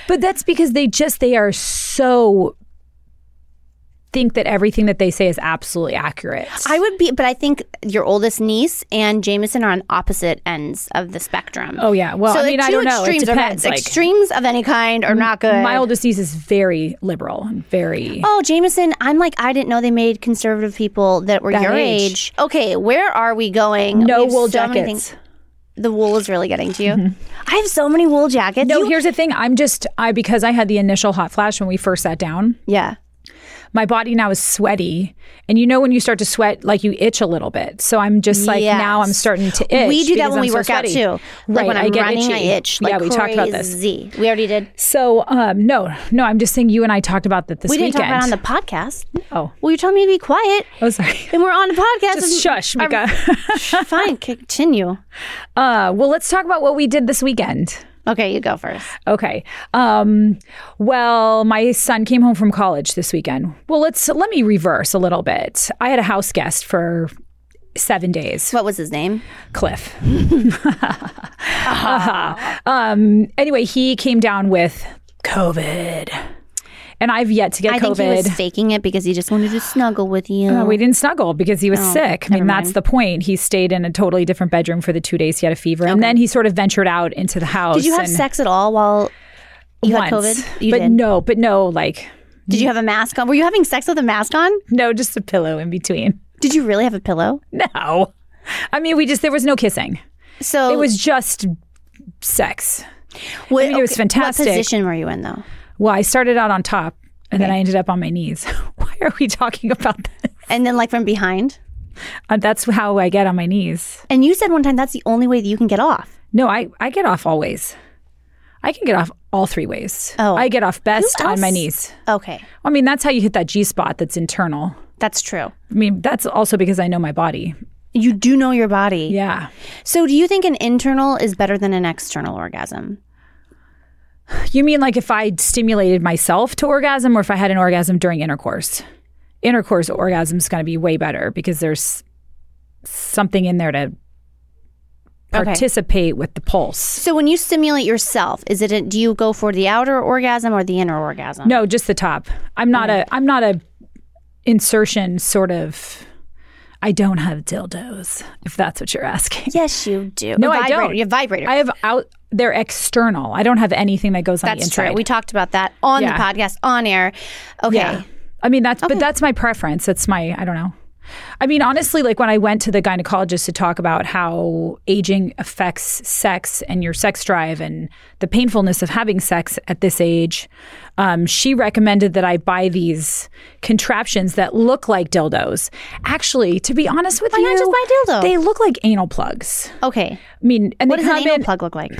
[SPEAKER 2] But that's because they just, they are so think that everything that they say is absolutely accurate.
[SPEAKER 1] I would be, but I think your oldest niece and Jameson are on opposite ends of the spectrum.
[SPEAKER 2] Oh, yeah. Well,
[SPEAKER 1] so
[SPEAKER 2] I
[SPEAKER 1] the
[SPEAKER 2] mean, I
[SPEAKER 1] two
[SPEAKER 2] don't know. It
[SPEAKER 1] extremes are bad.
[SPEAKER 2] depends, like-
[SPEAKER 1] extremes of any kind are not good.
[SPEAKER 2] My oldest niece is very liberal and very.
[SPEAKER 1] oh, Jameson, I'm like, I didn't know they made conservative people that were
[SPEAKER 2] That
[SPEAKER 1] your
[SPEAKER 2] age.
[SPEAKER 1] age. Okay, where are we going?
[SPEAKER 2] No
[SPEAKER 1] We have
[SPEAKER 2] wool
[SPEAKER 1] so many
[SPEAKER 2] jackets. Mm-hmm.
[SPEAKER 1] things- The wool is really getting to you. I have so many wool jackets.
[SPEAKER 2] No,
[SPEAKER 1] You-
[SPEAKER 2] here's the thing. I'm just I because I had the initial hot flash when we first sat down.
[SPEAKER 1] yeah.
[SPEAKER 2] My body now is sweaty, and you know when you start to sweat, like you itch a little bit. So I'm just like
[SPEAKER 1] Yes.
[SPEAKER 2] now I'm starting to itch.
[SPEAKER 1] we do that
[SPEAKER 2] because
[SPEAKER 1] when
[SPEAKER 2] I'm
[SPEAKER 1] we
[SPEAKER 2] so
[SPEAKER 1] work
[SPEAKER 2] sweaty.
[SPEAKER 1] out too. Like
[SPEAKER 2] right,
[SPEAKER 1] when I'm
[SPEAKER 2] I get
[SPEAKER 1] running,
[SPEAKER 2] itchy.
[SPEAKER 1] I itch. Like
[SPEAKER 2] yeah, we talked about this.
[SPEAKER 1] crazy. We already did.
[SPEAKER 2] So um, no, no, I'm just saying you and I talked about that this
[SPEAKER 1] We
[SPEAKER 2] weekend.
[SPEAKER 1] didn't talk about it on the podcast.
[SPEAKER 2] oh,
[SPEAKER 1] Well, you're telling me to be quiet,
[SPEAKER 2] oh, sorry.
[SPEAKER 1] and we're on a podcast.
[SPEAKER 2] Just
[SPEAKER 1] and-
[SPEAKER 2] shush,
[SPEAKER 1] our-
[SPEAKER 2] Mika.
[SPEAKER 1] Fine, continue.
[SPEAKER 2] uh, well, let's talk about what we did this weekend.
[SPEAKER 1] Okay, you go first.
[SPEAKER 2] Okay. Um, well, my son came home from college this weekend. Well, let's let me reverse a little bit. I had a house guest for seven days.
[SPEAKER 1] What was his name?
[SPEAKER 2] Cliff. Uh-huh. Um, anyway, he came down with COVID. And I've yet to get
[SPEAKER 1] I
[SPEAKER 2] COVID.
[SPEAKER 1] think he was faking it because he just wanted to snuggle with you.
[SPEAKER 2] Uh, we didn't snuggle because he was sick. I mean,
[SPEAKER 1] Oh, never
[SPEAKER 2] that's
[SPEAKER 1] mind.
[SPEAKER 2] the point. He stayed in a totally different bedroom for the two days he had a fever, and then he sort of ventured out into the house.
[SPEAKER 1] Did you have
[SPEAKER 2] and
[SPEAKER 1] sex at all while you had
[SPEAKER 2] once.
[SPEAKER 1] COVID? You
[SPEAKER 2] but
[SPEAKER 1] did.
[SPEAKER 2] no, but no, like
[SPEAKER 1] Did you have a mask on? Were you having sex with a mask on?
[SPEAKER 2] no, just a pillow in between.
[SPEAKER 1] Did you really have a pillow?
[SPEAKER 2] No, I mean, we just there was no kissing.
[SPEAKER 1] So
[SPEAKER 2] It was just sex.
[SPEAKER 1] what,
[SPEAKER 2] mean, it was fantastic.
[SPEAKER 1] What position were you in though?
[SPEAKER 2] Well, I started out on top, and then I ended up on my knees. Why are we talking about that?
[SPEAKER 1] And then like from behind.
[SPEAKER 2] Uh, that's how I get on my knees.
[SPEAKER 1] And you said one time that's the only way that you can get off.
[SPEAKER 2] No, I I get off always. I can get off all three ways.
[SPEAKER 1] Oh.
[SPEAKER 2] I get off best on my
[SPEAKER 1] else?
[SPEAKER 2] knees.
[SPEAKER 1] Okay,
[SPEAKER 2] I mean, that's how you hit that G spot that's internal.
[SPEAKER 1] that's true.
[SPEAKER 2] I mean, that's also because I know my body.
[SPEAKER 1] You do know your body.
[SPEAKER 2] Yeah.
[SPEAKER 1] So do you think an internal is better than an external orgasm?
[SPEAKER 2] You mean like if I stimulated myself to orgasm or if I had an orgasm during intercourse? Intercourse orgasm is going to be way better because there's something in there to
[SPEAKER 1] Okay.
[SPEAKER 2] participate with the pulse.
[SPEAKER 1] So when you stimulate yourself, is it a, do you go for the outer orgasm or the inner orgasm?
[SPEAKER 2] No, just the top. I'm not a I'm not a insertion sort of I don't have dildos if that's what you're asking.
[SPEAKER 1] Yes, you do.
[SPEAKER 2] No,
[SPEAKER 1] A
[SPEAKER 2] I
[SPEAKER 1] vibrator.
[SPEAKER 2] don't.
[SPEAKER 1] You have vibrator.
[SPEAKER 2] I have out they're external. I don't have anything that goes on the
[SPEAKER 1] That's
[SPEAKER 2] inside.
[SPEAKER 1] true. We talked about that on
[SPEAKER 2] Yeah.
[SPEAKER 1] the podcast on air. Okay.
[SPEAKER 2] Yeah. I mean, that's, but that's my preference. That's my, I don't know. I mean, honestly, like when I went to the gynecologist to talk about how aging affects sex and your sex drive and the painfulness of having sex at this age, um, she recommended that I buy these contraptions that look like dildos. Actually, to be honest with you,
[SPEAKER 1] not just buy dildo?
[SPEAKER 2] They look like anal plugs.
[SPEAKER 1] Okay.
[SPEAKER 2] I mean, and
[SPEAKER 1] What
[SPEAKER 2] they
[SPEAKER 1] does an
[SPEAKER 2] come
[SPEAKER 1] anal
[SPEAKER 2] in
[SPEAKER 1] plug look like?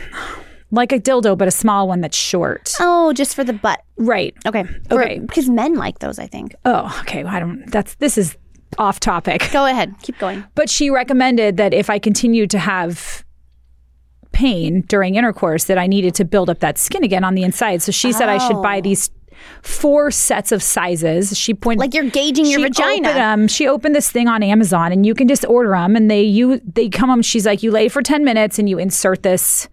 [SPEAKER 2] like a dildo, but a small one that's short.
[SPEAKER 1] Oh, just for the butt.
[SPEAKER 2] Right.
[SPEAKER 1] Okay.
[SPEAKER 2] Okay.
[SPEAKER 1] Because men like those, I think.
[SPEAKER 2] Oh, okay. Well, I don't. That's this is off topic.
[SPEAKER 1] Go ahead. Keep going.
[SPEAKER 2] But she recommended that if I continued to have pain during intercourse, that I needed to build up that skin again on the inside. So she said I should buy
[SPEAKER 1] Oh.
[SPEAKER 2] these four sets of sizes. She pointed
[SPEAKER 1] Like you're gauging your
[SPEAKER 2] she
[SPEAKER 1] vagina.
[SPEAKER 2] Opened 'em- she opened this thing on Amazon, and you can just order them. And they you they come on. She's like, you lay for ten minutes, and you insert this.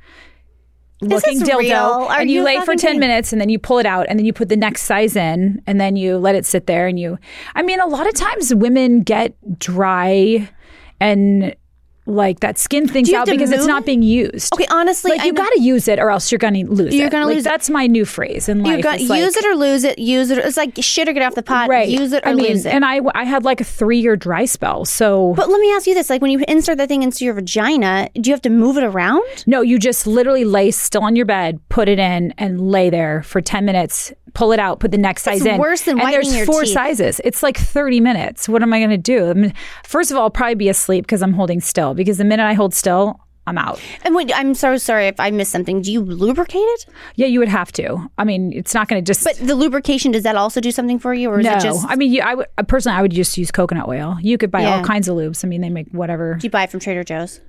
[SPEAKER 2] looking
[SPEAKER 1] is
[SPEAKER 2] dildo,
[SPEAKER 1] real. Are
[SPEAKER 2] and
[SPEAKER 1] you
[SPEAKER 2] you lay for
[SPEAKER 1] fucking
[SPEAKER 2] ten
[SPEAKER 1] kidding?
[SPEAKER 2] minutes, and then you pull it out, and then you put the next size in, and then you let it sit there, and you. I mean, a lot of times women get dry, and like that skin thins
[SPEAKER 1] you have
[SPEAKER 2] out
[SPEAKER 1] to
[SPEAKER 2] because it's
[SPEAKER 1] move
[SPEAKER 2] not being used.
[SPEAKER 1] Okay, honestly,
[SPEAKER 2] like
[SPEAKER 1] I
[SPEAKER 2] you
[SPEAKER 1] know-
[SPEAKER 2] got to use it, or else you're gonna lose.
[SPEAKER 1] You're
[SPEAKER 2] it.
[SPEAKER 1] gonna
[SPEAKER 2] Like,
[SPEAKER 1] lose it.
[SPEAKER 2] That's my new phrase in life.
[SPEAKER 1] You got
[SPEAKER 2] It's like-
[SPEAKER 1] use it or lose it. Use it. Or, it's like shit or get off the pot.
[SPEAKER 2] Right.
[SPEAKER 1] Use it or
[SPEAKER 2] I mean,
[SPEAKER 1] lose it.
[SPEAKER 2] And I, I had like a three year dry spell. So,
[SPEAKER 1] but let me ask you this: like when you insert that thing into your vagina, do you have to move it around?
[SPEAKER 2] no, you just literally lay still on your bed, put it in, and lay there for 10 minutes, pull it out, put the next size in.
[SPEAKER 1] worse than
[SPEAKER 2] And
[SPEAKER 1] whitening
[SPEAKER 2] there's
[SPEAKER 1] your
[SPEAKER 2] four
[SPEAKER 1] teeth.
[SPEAKER 2] sizes. It's like 30 minutes. What am I going to do? I mean, first of all, I'll probably be asleep because I'm holding still, because the minute I hold still, I'm out.
[SPEAKER 1] And wait, I'm so sorry if I missed something. Do you lubricate it?
[SPEAKER 2] Yeah, you would have to. I mean, it's not going to just.
[SPEAKER 1] But the lubrication does that also do something for you, or is
[SPEAKER 2] no,
[SPEAKER 1] it just
[SPEAKER 2] I mean, you, I would uh, personally, I would just use coconut oil. You could buy all
[SPEAKER 1] Yeah.
[SPEAKER 2] kinds of lubes. I mean, they make whatever
[SPEAKER 1] do you buy it from Trader Joe's?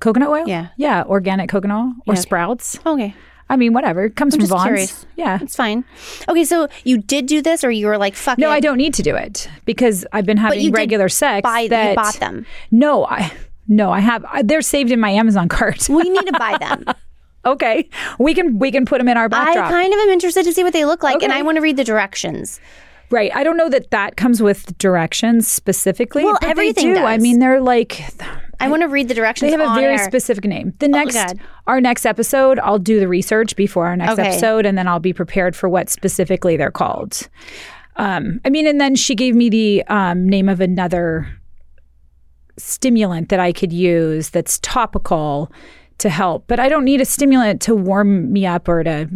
[SPEAKER 2] coconut oil.
[SPEAKER 1] Yeah.
[SPEAKER 2] yeah, organic coconut oil or Sprouts.
[SPEAKER 1] Okay,
[SPEAKER 2] I mean, whatever. It comes from
[SPEAKER 1] just
[SPEAKER 2] Vaughn's.
[SPEAKER 1] curious.
[SPEAKER 2] Yeah.
[SPEAKER 1] it's fine. Okay, so you did do this, or you were like, "Fuck
[SPEAKER 2] No,
[SPEAKER 1] it,
[SPEAKER 2] I don't need to do it because I've been having
[SPEAKER 1] you did
[SPEAKER 2] regular sex.
[SPEAKER 1] buy you
[SPEAKER 2] that
[SPEAKER 1] bought them.
[SPEAKER 2] No, I no, I have. I, they're saved in my Amazon cart.
[SPEAKER 1] We need to buy them."
[SPEAKER 2] okay, we can we can put them in our
[SPEAKER 1] I
[SPEAKER 2] backdrop.
[SPEAKER 1] kind of am interested to see what they look like, and
[SPEAKER 2] Okay.
[SPEAKER 1] I want to read the directions.
[SPEAKER 2] right. I don't know that that comes with directions specifically.
[SPEAKER 1] Well,
[SPEAKER 2] but they
[SPEAKER 1] everything
[SPEAKER 2] do. I
[SPEAKER 1] does.
[SPEAKER 2] mean, they're like
[SPEAKER 1] I want to read the directions.
[SPEAKER 2] they have a
[SPEAKER 1] on
[SPEAKER 2] very
[SPEAKER 1] air. Oh
[SPEAKER 2] specific name. The next
[SPEAKER 1] God.
[SPEAKER 2] our next episode, I'll do the research before our next
[SPEAKER 1] Okay.
[SPEAKER 2] episode, and then I'll be prepared for what specifically they're called. Um, I mean, and then she gave me the um, name of another stimulant that I could use that's topical to help, but I don't need a stimulant to warm me up or to.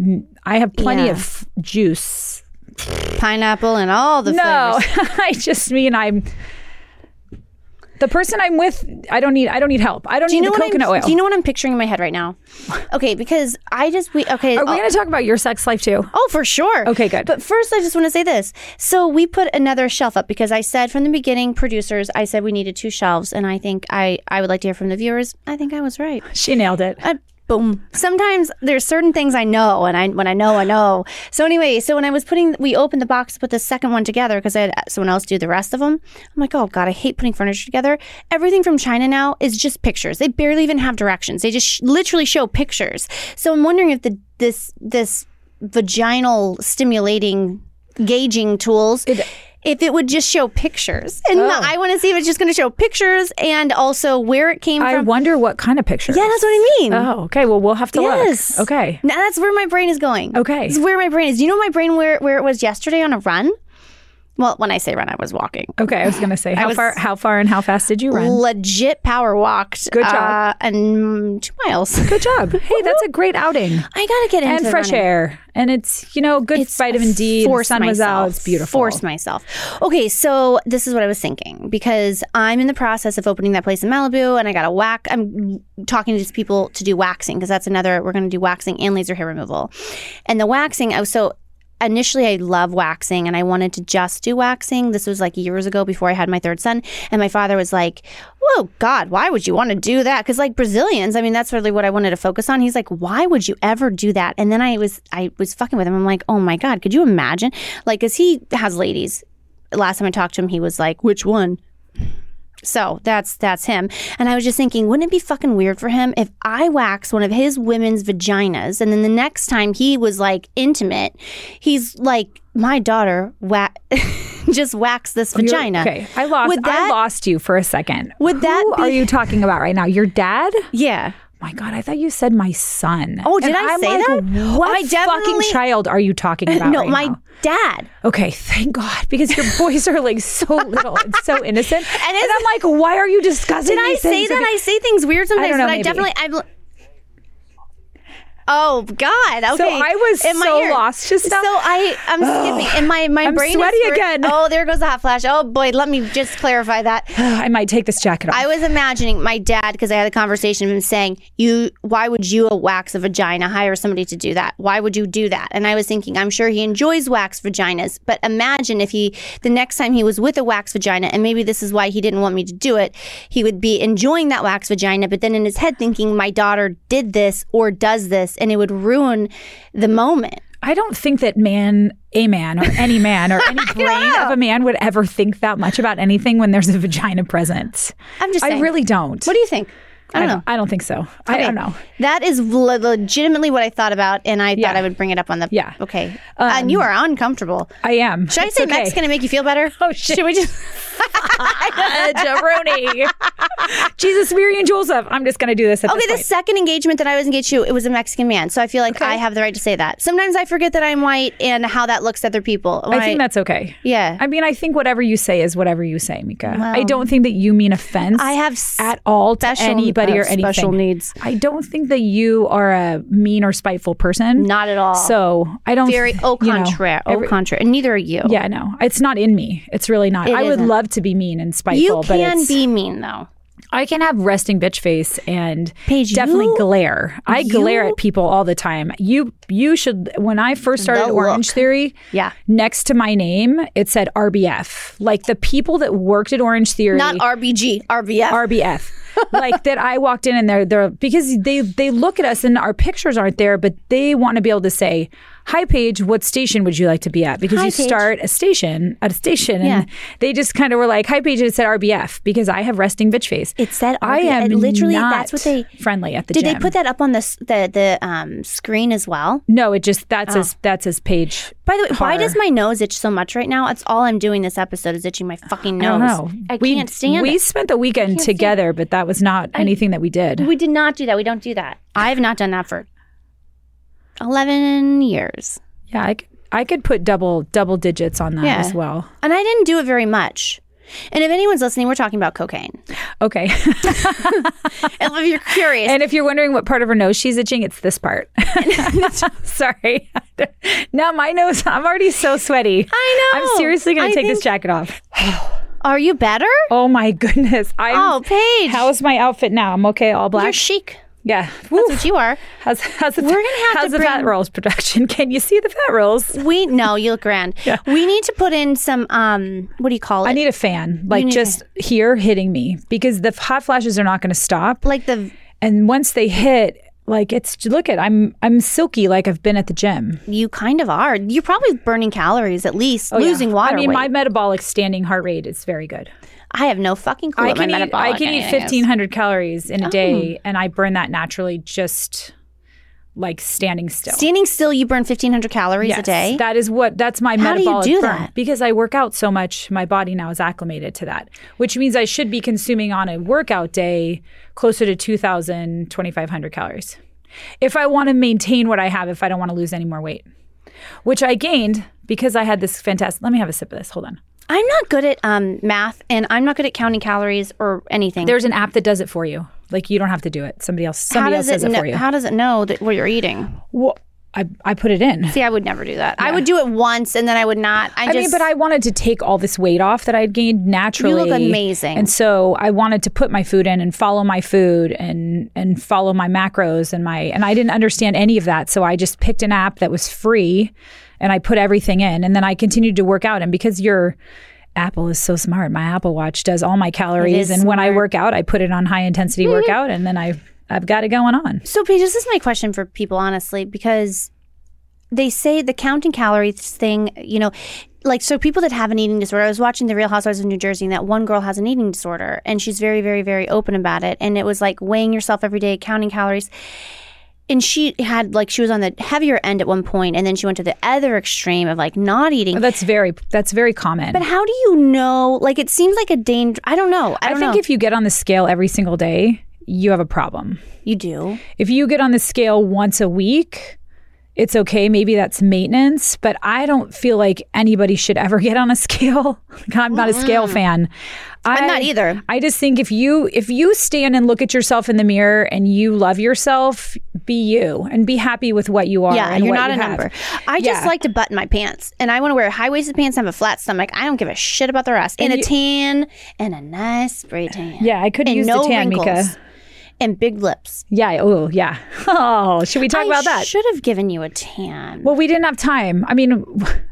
[SPEAKER 2] I have plenty
[SPEAKER 1] Yeah.
[SPEAKER 2] of juice.
[SPEAKER 1] pineapple and all the
[SPEAKER 2] No,
[SPEAKER 1] flavors.
[SPEAKER 2] I just mean I'm. The person I'm with, I don't need. I don't need help. I don't
[SPEAKER 1] Do you
[SPEAKER 2] need
[SPEAKER 1] know
[SPEAKER 2] the
[SPEAKER 1] what
[SPEAKER 2] coconut
[SPEAKER 1] I'm,
[SPEAKER 2] oil.
[SPEAKER 1] Do you know what I'm picturing in my head right now? Okay, because I just we okay.
[SPEAKER 2] Are we
[SPEAKER 1] oh-
[SPEAKER 2] going to talk about your sex life too?
[SPEAKER 1] Oh, for sure.
[SPEAKER 2] Okay, good.
[SPEAKER 1] But first, I just want to say this. So we put another shelf up because I said from the beginning, producers, I said we needed two shelves, and I think I I would like to hear from the viewers. I think I was right.
[SPEAKER 2] She nailed it.
[SPEAKER 1] I, Uh, boom. Sometimes there's certain things I know, and I when I know, I know. So anyway, so when I was putting, we opened the box to put the second one together because I had uh, someone else do the rest of them. I'm like, oh god, I hate putting furniture together. Everything from China now is just pictures. They barely even have directions. They just sh- literally show pictures. So I'm wondering if the this this vaginal stimulating gauging tools. if it would just show pictures, and
[SPEAKER 2] Oh.
[SPEAKER 1] I want to see if it's just going to show pictures and also where it came
[SPEAKER 2] I
[SPEAKER 1] from.
[SPEAKER 2] wonder what kind of picture.
[SPEAKER 1] yeah, that's what I mean.
[SPEAKER 2] Oh, okay. Well, we'll have to
[SPEAKER 1] Yes.
[SPEAKER 2] look. Okay.
[SPEAKER 1] Now that's where my brain is going.
[SPEAKER 2] Okay.
[SPEAKER 1] It's where my brain is. Do you know my brain where, where it was yesterday on a run? Well, when I say run, I was walking.
[SPEAKER 2] Okay. I was gonna say how
[SPEAKER 1] was-
[SPEAKER 2] far, how far, and how fast did you run?
[SPEAKER 1] Legit power walked.
[SPEAKER 2] Good job.
[SPEAKER 1] Uh, and two miles.
[SPEAKER 2] Good job. Hey, that's a great outing.
[SPEAKER 1] I gotta get into
[SPEAKER 2] And fresh
[SPEAKER 1] running.
[SPEAKER 2] air, and it's you know good vitamin D. and The
[SPEAKER 1] Force
[SPEAKER 2] sun was out.
[SPEAKER 1] myself.
[SPEAKER 2] It's beautiful.
[SPEAKER 1] Force myself. Okay, so this is what I was thinking because I'm in the process of opening that place in Malibu, and I got to whack. I'm talking to these people to do waxing because that's another. We're going to do waxing and laser hair removal, and the waxing. I was so. Initially, I love waxing and I wanted to just do waxing. This was like years ago before I had my third son. And my father was like, Whoa, God, why would you want to do that? Because, like, Brazilians, I mean, that's really what I wanted to focus on. He's like, Why would you ever do that? And then I was, I was fucking with him. I'm like, Oh my God, could you imagine? Like, because he has ladies. Last time I talked to him, he was like, Which one? So that's that's him. And I was just thinking, wouldn't it be fucking weird for him if I wax one of his women's vaginas and then the next time he was like intimate, he's like, My daughter wa- just waxed this
[SPEAKER 2] You're-
[SPEAKER 1] vagina.
[SPEAKER 2] Okay, I lost.
[SPEAKER 1] Would that-
[SPEAKER 2] I lost you for a second.
[SPEAKER 1] Would that
[SPEAKER 2] Who
[SPEAKER 1] be-
[SPEAKER 2] are you talking about right now? Your dad?
[SPEAKER 1] Yeah.
[SPEAKER 2] My God, I thought you said my son.
[SPEAKER 1] Oh, did
[SPEAKER 2] And
[SPEAKER 1] I
[SPEAKER 2] I'm
[SPEAKER 1] say
[SPEAKER 2] like,
[SPEAKER 1] that?
[SPEAKER 2] What
[SPEAKER 1] I
[SPEAKER 2] fucking
[SPEAKER 1] definitely-
[SPEAKER 2] child are you talking about?
[SPEAKER 1] No,
[SPEAKER 2] right
[SPEAKER 1] my
[SPEAKER 2] now?
[SPEAKER 1] dad.
[SPEAKER 2] Okay, thank God, because your boys are like so little and so innocent. And,
[SPEAKER 1] it's-
[SPEAKER 2] I'm like, why are you discussing?
[SPEAKER 1] Did I
[SPEAKER 2] these
[SPEAKER 1] say
[SPEAKER 2] things with
[SPEAKER 1] that? I say things weird sometimes,
[SPEAKER 2] know,
[SPEAKER 1] but I
[SPEAKER 2] maybe.
[SPEAKER 1] definitely I'm l- Oh God! Okay,
[SPEAKER 2] So I was
[SPEAKER 1] In my
[SPEAKER 2] so
[SPEAKER 1] ear.
[SPEAKER 2] lost just now.
[SPEAKER 1] So I, I'm skipping, and my my
[SPEAKER 2] I'm
[SPEAKER 1] brain
[SPEAKER 2] sweaty
[SPEAKER 1] is,
[SPEAKER 2] again.
[SPEAKER 1] Oh, there goes the hot flash. Oh boy, let me just clarify that.
[SPEAKER 2] I might take this jacket off.
[SPEAKER 1] I was imagining my dad because I had a conversation with him saying, "You, why would you wax a vagina? Hire somebody to do that. Why would you do that?" And I was thinking, I'm sure he enjoys wax vaginas, but imagine if he, the next time he was with a wax vagina, and maybe this is why he didn't want me to do it, he would be enjoying that wax vagina, but then in his head thinking, "My daughter did this or does this," and it would ruin the moment.
[SPEAKER 2] I don't think that man, a man, or any man, or any brain of a man would ever think that much about anything when there's a vagina present.
[SPEAKER 1] I'm just,
[SPEAKER 2] I
[SPEAKER 1] saying.
[SPEAKER 2] really don't.
[SPEAKER 1] What do you think? I don't know.
[SPEAKER 2] I don't think so. I don't know.
[SPEAKER 1] That is le- legitimately what I thought about, and I thought I would bring it up on the.
[SPEAKER 2] Yeah. Um,
[SPEAKER 1] Okay. and you are uncomfortable.
[SPEAKER 2] I am.
[SPEAKER 1] Should I
[SPEAKER 2] It's
[SPEAKER 1] say
[SPEAKER 2] okay.
[SPEAKER 1] Mexican to make you feel better?
[SPEAKER 2] Oh shit!
[SPEAKER 1] Should we just?
[SPEAKER 2] Uh, jabroni. Jesus, Mary, and Joseph. I'm just gonna do this. At
[SPEAKER 1] Okay, the
[SPEAKER 2] this,
[SPEAKER 1] second engagement that I was engaged to, it was a Mexican man, so I feel like I have the right to say that. Sometimes I forget that I'm white and how that looks to other people.
[SPEAKER 2] point. I think that's okay.
[SPEAKER 1] Yeah.
[SPEAKER 2] I mean, I think whatever you say is whatever you say, Mika. I don't think that you mean offense.
[SPEAKER 1] I have s-
[SPEAKER 2] at all to
[SPEAKER 1] special-
[SPEAKER 2] anybody
[SPEAKER 1] I
[SPEAKER 2] or
[SPEAKER 1] have
[SPEAKER 2] anything.
[SPEAKER 1] special needs.
[SPEAKER 2] I don't think that you are a mean or spiteful person.
[SPEAKER 1] Not at all.
[SPEAKER 2] So I don't.
[SPEAKER 1] very
[SPEAKER 2] th-
[SPEAKER 1] au
[SPEAKER 2] you know,
[SPEAKER 1] contraire,
[SPEAKER 2] every-
[SPEAKER 1] au contraire, and neither are you.
[SPEAKER 2] yeah, no, it's not in me. It's really not. I would
[SPEAKER 1] isn't.
[SPEAKER 2] love to be mean and spiteful,
[SPEAKER 1] you
[SPEAKER 2] but
[SPEAKER 1] can
[SPEAKER 2] it's,
[SPEAKER 1] be mean though.
[SPEAKER 2] I can have resting bitch face and
[SPEAKER 1] Paige,
[SPEAKER 2] definitely
[SPEAKER 1] you-
[SPEAKER 2] glare. I glare
[SPEAKER 1] you-
[SPEAKER 2] at people all the time. You you should when I first started
[SPEAKER 1] The
[SPEAKER 2] Orange
[SPEAKER 1] look.
[SPEAKER 2] Theory,
[SPEAKER 1] Yeah.
[SPEAKER 2] next to my name it said RBF. Like the people that worked at Orange Theory,
[SPEAKER 1] Not RBG, RBF.
[SPEAKER 2] RBF. like that I walked in and they're they're because they they look at us and our pictures aren't there, but they want to be able to say, Hi Paige, what station would you like to be at? Because
[SPEAKER 1] Hi,
[SPEAKER 2] you
[SPEAKER 1] Paige.
[SPEAKER 2] start a station at a station
[SPEAKER 1] Yeah.
[SPEAKER 2] and they just kind of were like, Hi Paige, and it said RBF because I have resting bitch face.
[SPEAKER 1] It said
[SPEAKER 2] I
[SPEAKER 1] RBF.
[SPEAKER 2] am
[SPEAKER 1] Literally,
[SPEAKER 2] not
[SPEAKER 1] that's what they-
[SPEAKER 2] friendly at the
[SPEAKER 1] Did
[SPEAKER 2] gym.
[SPEAKER 1] they put that up on the s- the the um, screen as well?
[SPEAKER 2] No, it just
[SPEAKER 1] Oh.
[SPEAKER 2] that's as that's as Paige.
[SPEAKER 1] By the way, why
[SPEAKER 2] Har.
[SPEAKER 1] does my nose itch so much right now? That's all I'm doing this episode is itching my fucking
[SPEAKER 2] I
[SPEAKER 1] nose.
[SPEAKER 2] don't know. we,
[SPEAKER 1] can't stand
[SPEAKER 2] We
[SPEAKER 1] it.
[SPEAKER 2] spent the weekend together, but that was not anything that we did.
[SPEAKER 1] We did not do that. We don't do that. I have not done that for 11 years.
[SPEAKER 2] yeah, I, c- I could put double double digits on that
[SPEAKER 1] Yeah.
[SPEAKER 2] as well.
[SPEAKER 1] And I didn't do it very much. And if anyone's listening, we're talking about cocaine.
[SPEAKER 2] Okay.
[SPEAKER 1] and if you're curious,
[SPEAKER 2] And if you're wondering what part of her nose she's itching, it's this part. Sorry. now my nose, I'm already so sweaty.
[SPEAKER 1] I know.
[SPEAKER 2] I'm seriously going
[SPEAKER 1] I
[SPEAKER 2] to take
[SPEAKER 1] think-
[SPEAKER 2] this jacket off.
[SPEAKER 1] are you better?
[SPEAKER 2] Oh my goodness. I'm,
[SPEAKER 1] Oh, Paige.
[SPEAKER 2] How's my outfit now? I'm okay, all
[SPEAKER 1] you're
[SPEAKER 2] black.
[SPEAKER 1] chic.
[SPEAKER 2] yeah.
[SPEAKER 1] That's
[SPEAKER 2] Woo.
[SPEAKER 1] what you are.
[SPEAKER 2] How's, how's the,
[SPEAKER 1] We're gonna have to
[SPEAKER 2] how's the fat
[SPEAKER 1] bring-
[SPEAKER 2] rolls production? Can you see the fat rolls?
[SPEAKER 1] We know you look grand. We need to put in some um what do you call it?
[SPEAKER 2] I need a fan, like
[SPEAKER 1] need a
[SPEAKER 2] just here hitting me because the hot flashes are not going to stop.
[SPEAKER 1] like the
[SPEAKER 2] And once they hit, like it's look at I'm I'm silky like I've been at the gym.
[SPEAKER 1] you kind of are. You're probably burning calories at least, losing water
[SPEAKER 2] Oh, I mean,
[SPEAKER 1] weight.
[SPEAKER 2] my metabolic standing heart rate is very good.
[SPEAKER 1] I have no fucking clue.
[SPEAKER 2] I
[SPEAKER 1] what my
[SPEAKER 2] can eat I
[SPEAKER 1] metabolic Oh.
[SPEAKER 2] can eat
[SPEAKER 1] anything is.
[SPEAKER 2] fifteen hundred calories in a day, and I burn that naturally. Just like standing still.
[SPEAKER 1] Standing still, you burn 1,500 calories a
[SPEAKER 2] Yes,
[SPEAKER 1] day.
[SPEAKER 2] That is what that's my
[SPEAKER 1] How do you
[SPEAKER 2] metabolic
[SPEAKER 1] do
[SPEAKER 2] burn.
[SPEAKER 1] that?
[SPEAKER 2] Because I work out so much, my body now is acclimated to that, which means I should be consuming on a workout day closer to 2,000, 2,500 calories. If I want to maintain what I have, if I don't want to lose any more weight, which I gained because I had this fantastic. Let me have a sip of this. Hold on.
[SPEAKER 1] I'm not good at um, math and I'm not good at counting calories or anything.
[SPEAKER 2] There's an app that does it for you. Like you don't have to do it. Somebody else.
[SPEAKER 1] how
[SPEAKER 2] Somebody
[SPEAKER 1] does
[SPEAKER 2] else does
[SPEAKER 1] it
[SPEAKER 2] it,
[SPEAKER 1] know,
[SPEAKER 2] for you.
[SPEAKER 1] how does it know that what you're eating?
[SPEAKER 2] Well, I I put it in.
[SPEAKER 1] See, I would never do that. I would do it once and then I would not. I,
[SPEAKER 2] I
[SPEAKER 1] just,
[SPEAKER 2] mean, but I wanted to take all this weight off that I had gained naturally.
[SPEAKER 1] amazing.
[SPEAKER 2] and so I wanted to put my food in and follow my food and and follow my macros and my and I didn't understand any of that, so I just picked an app that was free, and I put everything in, and then I continued to work out. And because your Apple is so smart. My Apple Watch does all my calories, and when I work out, I put it on high intensity workout, and then I I've got it going on.
[SPEAKER 1] So, Paige, this is my question for people, honestly, because they say the counting calories thing, you know, like, so people that have an eating disorder, I was watching The Real Housewives of New Jersey, and that one girl has an eating disorder, and she's very, very, very open about it. And it was like weighing yourself every day, counting calories. And she had, like, she was on the heavier end at one point, and then she went to the other extreme of like not eating.
[SPEAKER 2] That's very that's very common.
[SPEAKER 1] But how do you know? Like, it seems like a danger. I don't know. I
[SPEAKER 2] I
[SPEAKER 1] don't
[SPEAKER 2] think
[SPEAKER 1] know.
[SPEAKER 2] if you get on the scale every single day, you have a problem.
[SPEAKER 1] you do.
[SPEAKER 2] If you get on the scale once a week, it's okay. Maybe that's maintenance, but I don't feel like anybody should ever get on a scale. Like, I'm not a scale fan. I,
[SPEAKER 1] Mm. I'm not either.
[SPEAKER 2] I just think if you if you stand and look at yourself in the mirror and you love yourself, be you and be happy with what you are.
[SPEAKER 1] Yeah,
[SPEAKER 2] and
[SPEAKER 1] you're
[SPEAKER 2] what
[SPEAKER 1] not
[SPEAKER 2] you
[SPEAKER 1] a
[SPEAKER 2] have.
[SPEAKER 1] number. I just
[SPEAKER 2] Yeah.
[SPEAKER 1] like to button my pants, and I want to wear high waisted pants and have a flat stomach. I don't give a shit about the rest. And, a tan, and a nice spray tan.
[SPEAKER 2] Yeah, I could
[SPEAKER 1] and
[SPEAKER 2] use
[SPEAKER 1] no
[SPEAKER 2] the tan,
[SPEAKER 1] wrinkles,
[SPEAKER 2] Mika.
[SPEAKER 1] and big lips.
[SPEAKER 2] Yeah. Oh, yeah. Oh, should we talk about that?
[SPEAKER 1] should have given you a tan.
[SPEAKER 2] Well, we didn't have time. I mean,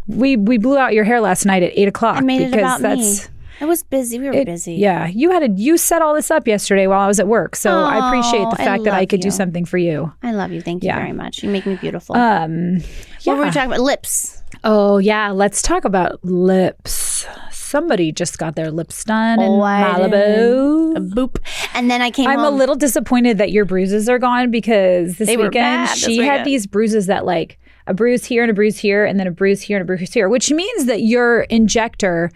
[SPEAKER 2] we we blew out your hair last night at eight o'clock
[SPEAKER 1] I made it
[SPEAKER 2] because
[SPEAKER 1] about
[SPEAKER 2] that's
[SPEAKER 1] me. I was busy. We were
[SPEAKER 2] it-
[SPEAKER 1] busy.
[SPEAKER 2] Yeah, you had a, you set all this up yesterday while I was at work, so I appreciate
[SPEAKER 1] Oh,
[SPEAKER 2] the
[SPEAKER 1] I
[SPEAKER 2] fact that I
[SPEAKER 1] love
[SPEAKER 2] could
[SPEAKER 1] you.
[SPEAKER 2] do something for you.
[SPEAKER 1] I love you. Thank you
[SPEAKER 2] Yeah.
[SPEAKER 1] very much. You make me beautiful.
[SPEAKER 2] Um,
[SPEAKER 1] What were we talking about? Lips.
[SPEAKER 2] oh yeah, let's talk about lips. Somebody just got their lips done in
[SPEAKER 1] Oh, I
[SPEAKER 2] Malibu.
[SPEAKER 1] Boop. And then I came
[SPEAKER 2] I'm a
[SPEAKER 1] home.
[SPEAKER 2] little disappointed that your bruises are gone because this
[SPEAKER 1] Um, They were
[SPEAKER 2] weekend
[SPEAKER 1] bad this
[SPEAKER 2] she had
[SPEAKER 1] weekend.
[SPEAKER 2] these bruises that like a bruise here and a bruise here and then a bruise here and a bruise here, which means that your injector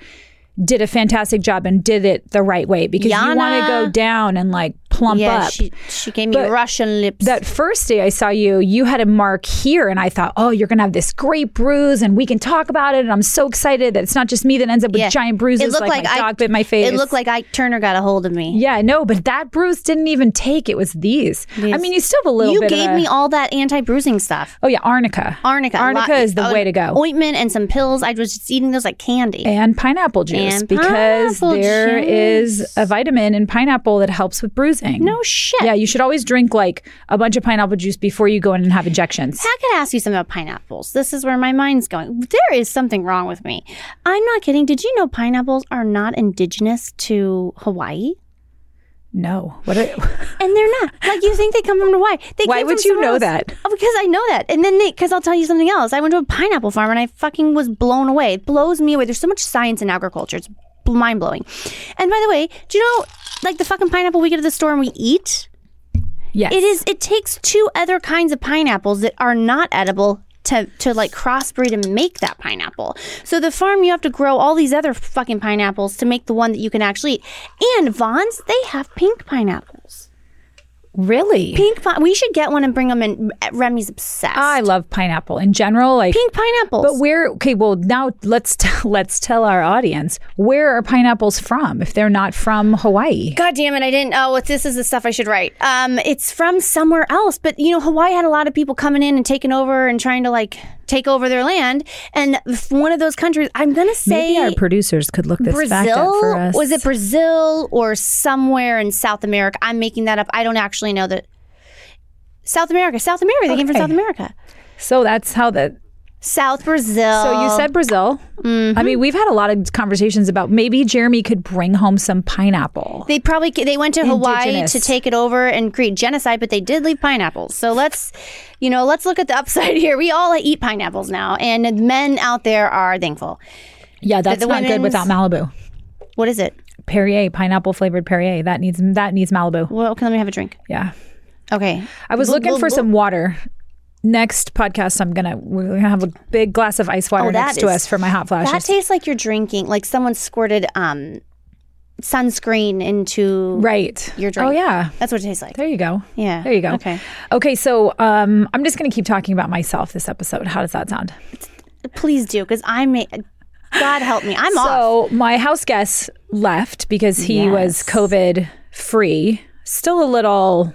[SPEAKER 2] did a fantastic job and did it the right way because you want
[SPEAKER 1] Yana.
[SPEAKER 2] to go down and like plump
[SPEAKER 1] yeah,
[SPEAKER 2] up.
[SPEAKER 1] she, she gave me Russian lips.
[SPEAKER 2] that first day I saw you, you had a mark here, and I thought, oh, you're gonna have this great bruise, and we can talk about it. And I'm so excited that it's not just me that ends up with
[SPEAKER 1] Yeah.
[SPEAKER 2] giant bruises.
[SPEAKER 1] It looked like
[SPEAKER 2] like, my
[SPEAKER 1] I-
[SPEAKER 2] dog bit my face.
[SPEAKER 1] it looked like Ike Turner got a hold of me.
[SPEAKER 2] Yeah, no, but that bruise didn't even take. It was these. I mean, you still have a little
[SPEAKER 1] You
[SPEAKER 2] bit. of
[SPEAKER 1] gave
[SPEAKER 2] a-
[SPEAKER 1] me all that anti-bruising stuff.
[SPEAKER 2] Oh yeah, arnica.
[SPEAKER 1] Arnica.
[SPEAKER 2] Arnica
[SPEAKER 1] Lot-
[SPEAKER 2] is the
[SPEAKER 1] uh,
[SPEAKER 2] way to go. Eh.
[SPEAKER 1] Ointment and some pills. I was just eating those like candy.
[SPEAKER 2] and pineapple juice
[SPEAKER 1] And
[SPEAKER 2] because
[SPEAKER 1] pineapple
[SPEAKER 2] there is
[SPEAKER 1] juice.
[SPEAKER 2] a vitamin in pineapple that helps with bruising.
[SPEAKER 1] no shit.
[SPEAKER 2] Yeah, you should always drink like a bunch of pineapple juice before you go in and have injections.
[SPEAKER 1] I could ask you something about pineapples. This is where my mind's going. There is something wrong with me. I'm not kidding. Did you know pineapples are not indigenous to Hawaii?
[SPEAKER 2] No. What are,
[SPEAKER 1] And they're not. Like you think they come from Hawaii. They
[SPEAKER 2] Why
[SPEAKER 1] came
[SPEAKER 2] would
[SPEAKER 1] from
[SPEAKER 2] you
[SPEAKER 1] somewhere
[SPEAKER 2] know
[SPEAKER 1] else.
[SPEAKER 2] that?
[SPEAKER 1] Oh, because I know that. And then because I'll tell you something else. I went to a pineapple farm and I fucking was blown away. It blows me away. There's so much science in agriculture. It's mind blowing. And by the way, do you know like the fucking pineapple we get at the store and we eat?
[SPEAKER 2] yes.
[SPEAKER 1] It is. It takes two other kinds of pineapples that are not edible. To, to like crossbreed and make that pineapple. So the farm you have to grow all these other fucking pineapples to make the one that you can actually eat. And Vaughn's they have pink pineapples
[SPEAKER 2] really.
[SPEAKER 1] pink pine. We should get one and bring them in. Remy's obsessed.
[SPEAKER 2] I love pineapple in general. Like
[SPEAKER 1] pink pineapples.
[SPEAKER 2] But where? Okay, well now let's t- let's tell our audience where are pineapples from if they're not from Hawaii.
[SPEAKER 1] God damn it! I didn't. Oh, what this is the stuff I should write. Um, it's from somewhere else. But you know, Hawaii had a lot of people coming in and taking over and trying to like take over their land. And if one of those countries, I'm gonna say
[SPEAKER 2] Maybe our producers could look this fact up
[SPEAKER 1] Brazil.
[SPEAKER 2] for us.
[SPEAKER 1] Was it Brazil or somewhere in South America? I'm making that up. I don't actually know that. South America, South America. They came from
[SPEAKER 2] Okay.
[SPEAKER 1] South America.
[SPEAKER 2] So that's how the.
[SPEAKER 1] South Brazil.
[SPEAKER 2] So you said Brazil.
[SPEAKER 1] Mm-hmm.
[SPEAKER 2] I mean, we've had a lot of conversations about maybe Jeremy could bring home some pineapple.
[SPEAKER 1] They probably they went to Hawaii
[SPEAKER 2] Indigenous.
[SPEAKER 1] to take it over and create genocide, but they did leave pineapples. So let's, you know, let's look at the upside here. We all eat pineapples now, and men out there are thankful.
[SPEAKER 2] Yeah, that's
[SPEAKER 1] the
[SPEAKER 2] not good
[SPEAKER 1] women's-
[SPEAKER 2] without Malibu.
[SPEAKER 1] What is it?
[SPEAKER 2] Perrier, pineapple flavored Perrier. That needs that needs Malibu.
[SPEAKER 1] Well, okay, let me have a drink.
[SPEAKER 2] Yeah.
[SPEAKER 1] Okay,
[SPEAKER 2] I was looking for some water next podcast, I'm gonna we're gonna have a big glass of ice water
[SPEAKER 1] Oh, that
[SPEAKER 2] next to
[SPEAKER 1] is-
[SPEAKER 2] us for my hot
[SPEAKER 1] That
[SPEAKER 2] flashes.
[SPEAKER 1] tastes like you're drinking, like someone squirted um, sunscreen into.
[SPEAKER 2] right.
[SPEAKER 1] your drink.
[SPEAKER 2] Oh yeah.
[SPEAKER 1] That's what it tastes like.
[SPEAKER 2] There you go.
[SPEAKER 1] Yeah.
[SPEAKER 2] There you go.
[SPEAKER 1] Okay.
[SPEAKER 2] Okay. So um, I'm just gonna keep talking about myself this episode. How does that sound?
[SPEAKER 1] Please do, because I may. God help me. I'm off.
[SPEAKER 2] So my house guest left because he was
[SPEAKER 1] Yes.
[SPEAKER 2] COVID free. Still a little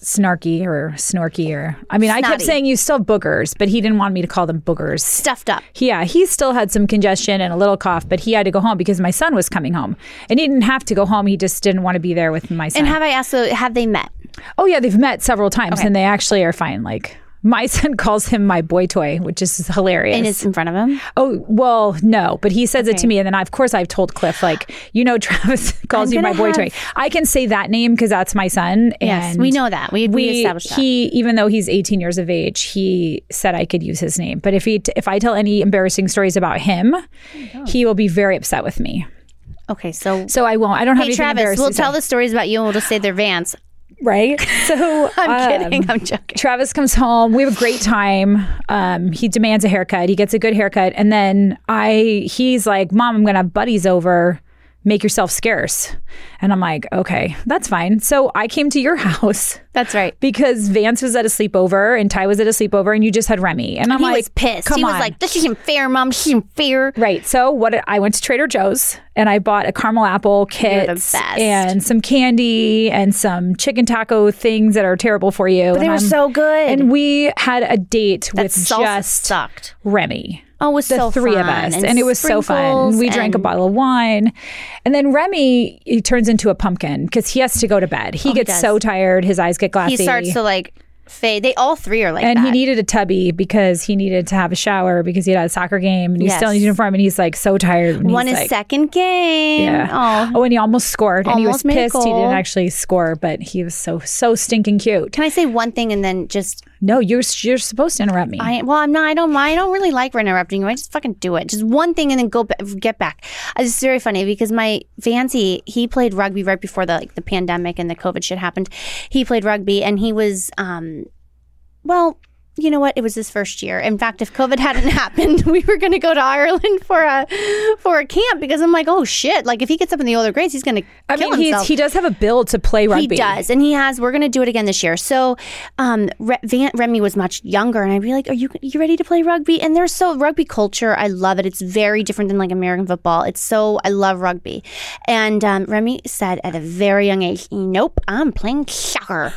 [SPEAKER 2] snarky or snorky or I mean, I kept
[SPEAKER 1] Snotty.
[SPEAKER 2] saying you still have boogers, but he didn't want me to call them boogers.
[SPEAKER 1] Stuffed up.
[SPEAKER 2] Yeah, he still had some congestion and a little cough, but he had to go home because my son was coming home. And he didn't have to go home. He just didn't want to be there with my son.
[SPEAKER 1] And have I asked, so have they met?
[SPEAKER 2] oh, yeah, they've met several times and they actually are fine. Like, my son calls him my boy toy, which is hilarious.
[SPEAKER 1] And it's in front of him?
[SPEAKER 2] Oh, well, no, but he says it to
[SPEAKER 1] Okay.
[SPEAKER 2] me. And then, I, of course, I've told Cliff, like, you know, Travis calls you my
[SPEAKER 1] gonna
[SPEAKER 2] boy toy.
[SPEAKER 1] have-
[SPEAKER 2] I can say that name because that's my son.
[SPEAKER 1] Yes.
[SPEAKER 2] and
[SPEAKER 1] We know that. We, we, established that.
[SPEAKER 2] he even though he's 18 years of age he said i could use his name but if he if i tell any embarrassing stories about him
[SPEAKER 1] Oh
[SPEAKER 2] he will be very upset with me
[SPEAKER 1] Okay. So,
[SPEAKER 2] so i won't i don't have
[SPEAKER 1] hey,
[SPEAKER 2] anything
[SPEAKER 1] Travis,
[SPEAKER 2] embarrassing
[SPEAKER 1] we'll
[SPEAKER 2] to say.
[SPEAKER 1] tell the stories about you and we'll just say they're Vance.
[SPEAKER 2] right so
[SPEAKER 1] I'm
[SPEAKER 2] um,
[SPEAKER 1] kidding. I'm joking.
[SPEAKER 2] Travis comes home. We have a great time. Um, he demands a haircut. He gets a good haircut, and then I he's like, "Mom, I'm gonna have buddies over. Make yourself scarce." And I'm like, "Okay, that's fine." So I came to your house
[SPEAKER 1] That's right.
[SPEAKER 2] because Vance was at a sleepover and Ty was at a sleepover, and you just had Remy. And I'm
[SPEAKER 1] He
[SPEAKER 2] like,
[SPEAKER 1] was pissed.
[SPEAKER 2] Come
[SPEAKER 1] He was
[SPEAKER 2] on.
[SPEAKER 1] like, this isn't fair, mom. This isn't fair.
[SPEAKER 2] Right. So what I went to Trader Joe's and I bought a caramel apple kit
[SPEAKER 1] best.
[SPEAKER 2] and some candy and some chicken taco things that are terrible for you. But
[SPEAKER 1] They were so good.
[SPEAKER 2] and we had a date with
[SPEAKER 1] Salsa
[SPEAKER 2] just
[SPEAKER 1] sucked.
[SPEAKER 2] Remy.
[SPEAKER 1] Oh, it was
[SPEAKER 2] The
[SPEAKER 1] so
[SPEAKER 2] three of
[SPEAKER 1] fun.
[SPEAKER 2] us. And, it was so fun.
[SPEAKER 1] sprinkles
[SPEAKER 2] We drank a
[SPEAKER 1] and-
[SPEAKER 2] bottle of wine. And then Remy, he turns into a pumpkin because he has to go to bed. He gets
[SPEAKER 1] Oh, does.
[SPEAKER 2] so tired. His eyes get glassy.
[SPEAKER 1] He starts to like fade. They all three are like
[SPEAKER 2] and
[SPEAKER 1] that.
[SPEAKER 2] he needed a tubby because he needed to have a shower because he had a soccer game and he's still in
[SPEAKER 1] Yes.
[SPEAKER 2] uniform and he's like so tired. and
[SPEAKER 1] Won
[SPEAKER 2] he's
[SPEAKER 1] his
[SPEAKER 2] like,
[SPEAKER 1] second game.
[SPEAKER 2] Yeah.
[SPEAKER 1] Oh.
[SPEAKER 2] and he almost scored, and he was
[SPEAKER 1] Almost made a
[SPEAKER 2] pissed he didn't
[SPEAKER 1] goal.
[SPEAKER 2] actually score, but he was so so stinking cute.
[SPEAKER 1] Can I say one thing and then just
[SPEAKER 2] No, you're you're supposed to interrupt me.
[SPEAKER 1] I well I'm not I don't I don't really like interrupting you I just fucking do it just one thing and then go ba- get back Uh, it's very funny because my fancy he played rugby right before the like the pandemic and the COVID shit happened he played rugby and he was um well you know what it was his first year in fact if COVID hadn't happened we were gonna go to Ireland for a for a camp because I'm like oh shit like if he gets up in the older grades he's gonna
[SPEAKER 2] I
[SPEAKER 1] kill
[SPEAKER 2] mean, he's,
[SPEAKER 1] himself.
[SPEAKER 2] he does have a bill to play rugby.
[SPEAKER 1] He does, and he has. We're going to do it again this year. So, um, Re- Van- Remy was much younger, and I'd be like, "Are you you ready to play rugby?" And there's so rugby culture. I love it. It's very different than like American football. It's so I love rugby. And um, Remy said at a very young age, "Nope, I'm playing soccer."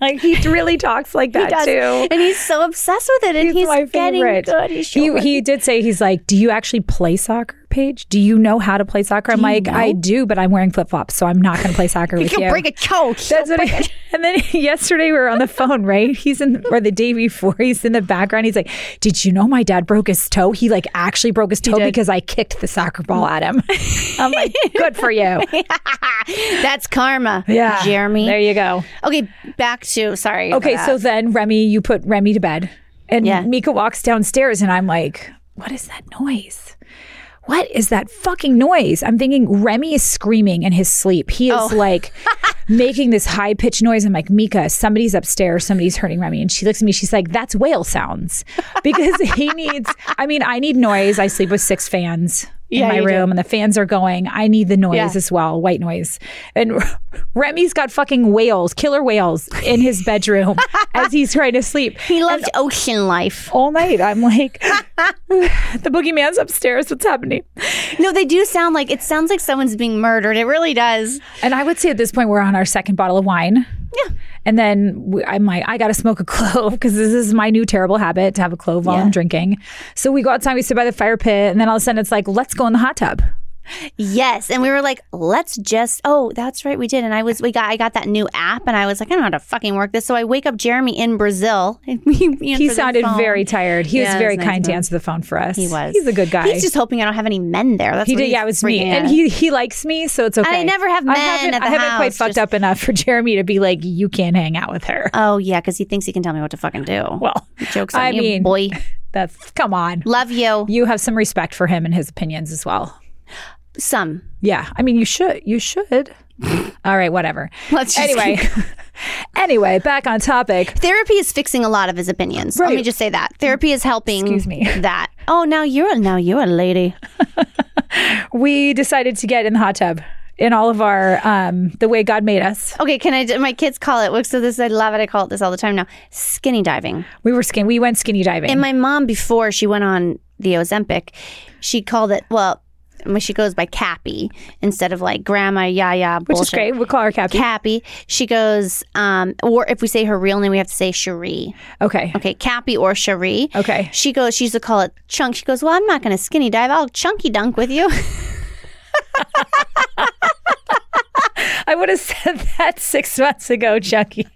[SPEAKER 2] Like he really talks like that
[SPEAKER 1] Does-
[SPEAKER 2] too.
[SPEAKER 1] and he's so obsessed with it, and he's,
[SPEAKER 2] my
[SPEAKER 1] getting
[SPEAKER 2] favorite.
[SPEAKER 1] good. He's so
[SPEAKER 2] He,
[SPEAKER 1] good.
[SPEAKER 2] he did say he's like, do you actually play soccer, Paige? Do you know how to play soccer? I'm like, I do, but I'm wearing flip flops, so I'm not going to play soccer with
[SPEAKER 1] He'll
[SPEAKER 2] you.
[SPEAKER 1] break a choke.
[SPEAKER 2] That's what I, and then yesterday we were on the phone, right? He's in, or the day before, he's in the background. He's like, Did you know my dad broke his toe? He like actually broke his toe because I kicked the soccer ball at him. I'm like, Good for you.
[SPEAKER 1] That's karma.
[SPEAKER 2] Yeah.
[SPEAKER 1] Jeremy.
[SPEAKER 2] There you go.
[SPEAKER 1] okay, back to sorry.
[SPEAKER 2] Okay.
[SPEAKER 1] about
[SPEAKER 2] So then Remy, you put Remy to bed and
[SPEAKER 1] Yeah.
[SPEAKER 2] Mika walks downstairs and I'm like, What is that noise? What is that fucking noise? I'm thinking Remy is screaming in his sleep. He is
[SPEAKER 1] Oh.
[SPEAKER 2] like making this high pitched noise. I'm like, Mika, somebody's upstairs. Somebody's hurting Remy. And she looks at me. She's like, that's whale sounds because he needs, I mean, I need noise. I sleep with six fans in
[SPEAKER 1] Yeah,
[SPEAKER 2] my
[SPEAKER 1] you do.
[SPEAKER 2] room and the fans are going. I need the noise
[SPEAKER 1] Yeah.
[SPEAKER 2] as well, white noise. And Remy's got fucking whales, killer whales in his bedroom as he's trying to sleep
[SPEAKER 1] that. he loved ocean life.
[SPEAKER 2] all night. I'm like, the boogeyman's upstairs. What's happening?
[SPEAKER 1] No, they do sound like it sounds like someone's being murdered. It really does.
[SPEAKER 2] And I would say at this point, we're on our second bottle of wine.
[SPEAKER 1] Yeah.
[SPEAKER 2] And then we, I'm like, I got to smoke a clove because this is my new terrible habit to have a clove while I'm
[SPEAKER 1] Yeah.
[SPEAKER 2] drinking. So we go outside, we sit by the fire pit, and then all of a sudden it's like, let's go in the hot tub.
[SPEAKER 1] Yes, and we were like, let's just. Oh, that's right, we did. And I was we got I got that new app, and I was like, I don't know how to fucking work this. So I wake up Jeremy in Brazil.
[SPEAKER 2] He sounded very tired. He
[SPEAKER 1] Yeah,
[SPEAKER 2] was
[SPEAKER 1] it
[SPEAKER 2] very
[SPEAKER 1] was nice
[SPEAKER 2] kind
[SPEAKER 1] of
[SPEAKER 2] to
[SPEAKER 1] him.
[SPEAKER 2] answer the phone for us.
[SPEAKER 1] He was.
[SPEAKER 2] He's a good guy.
[SPEAKER 1] He's just hoping I don't have any men there. That's
[SPEAKER 2] he
[SPEAKER 1] what
[SPEAKER 2] did.
[SPEAKER 1] he's
[SPEAKER 2] Yeah, it was me,
[SPEAKER 1] freaking
[SPEAKER 2] and
[SPEAKER 1] out.
[SPEAKER 2] he he likes me, so it's okay.
[SPEAKER 1] never have men
[SPEAKER 2] I haven't,
[SPEAKER 1] at the
[SPEAKER 2] I haven't quite
[SPEAKER 1] house,
[SPEAKER 2] fucked
[SPEAKER 1] just-
[SPEAKER 2] up enough for Jeremy to be like, you can't hang out with her.
[SPEAKER 1] Oh yeah, because he thinks he can tell me what to fucking do.
[SPEAKER 2] well,
[SPEAKER 1] jokes on
[SPEAKER 2] I
[SPEAKER 1] you,
[SPEAKER 2] mean-
[SPEAKER 1] boy.
[SPEAKER 2] that's come on.
[SPEAKER 1] Love you.
[SPEAKER 2] You have some respect for him and his opinions as well.
[SPEAKER 1] Some.
[SPEAKER 2] Yeah, I mean, you should. You should. All right, whatever.
[SPEAKER 1] Let's just
[SPEAKER 2] anyway, anyway, back on topic.
[SPEAKER 1] Therapy is fixing a lot of his opinions. Let me
[SPEAKER 2] Right.
[SPEAKER 1] just say that therapy is helping.
[SPEAKER 2] Excuse me.
[SPEAKER 1] That. Oh, now you're a, now you're a lady.
[SPEAKER 2] We decided to get in the hot tub in all of our um, the way God made us.
[SPEAKER 1] Okay, can I? My kids call it. So this I love it. I call it this all the time now. Skinny diving.
[SPEAKER 2] We were skin. We went skinny diving.
[SPEAKER 1] And my mom, before she went on the Ozempic, she called it. Well, when she goes by Cappy instead of like Grandma Yaya
[SPEAKER 2] which
[SPEAKER 1] bullshit.
[SPEAKER 2] is great. We call her Cappy.
[SPEAKER 1] Cappy. She goes, um, or if we say her real name, we have to say Cherie.
[SPEAKER 2] okay.
[SPEAKER 1] Okay, Cappy or Cherie.
[SPEAKER 2] Okay.
[SPEAKER 1] She goes, she used to call it chunk. She goes, Well, I'm not going to skinny dive. I'll chunky dunk with you.
[SPEAKER 2] I would have said that six months ago, Chunky.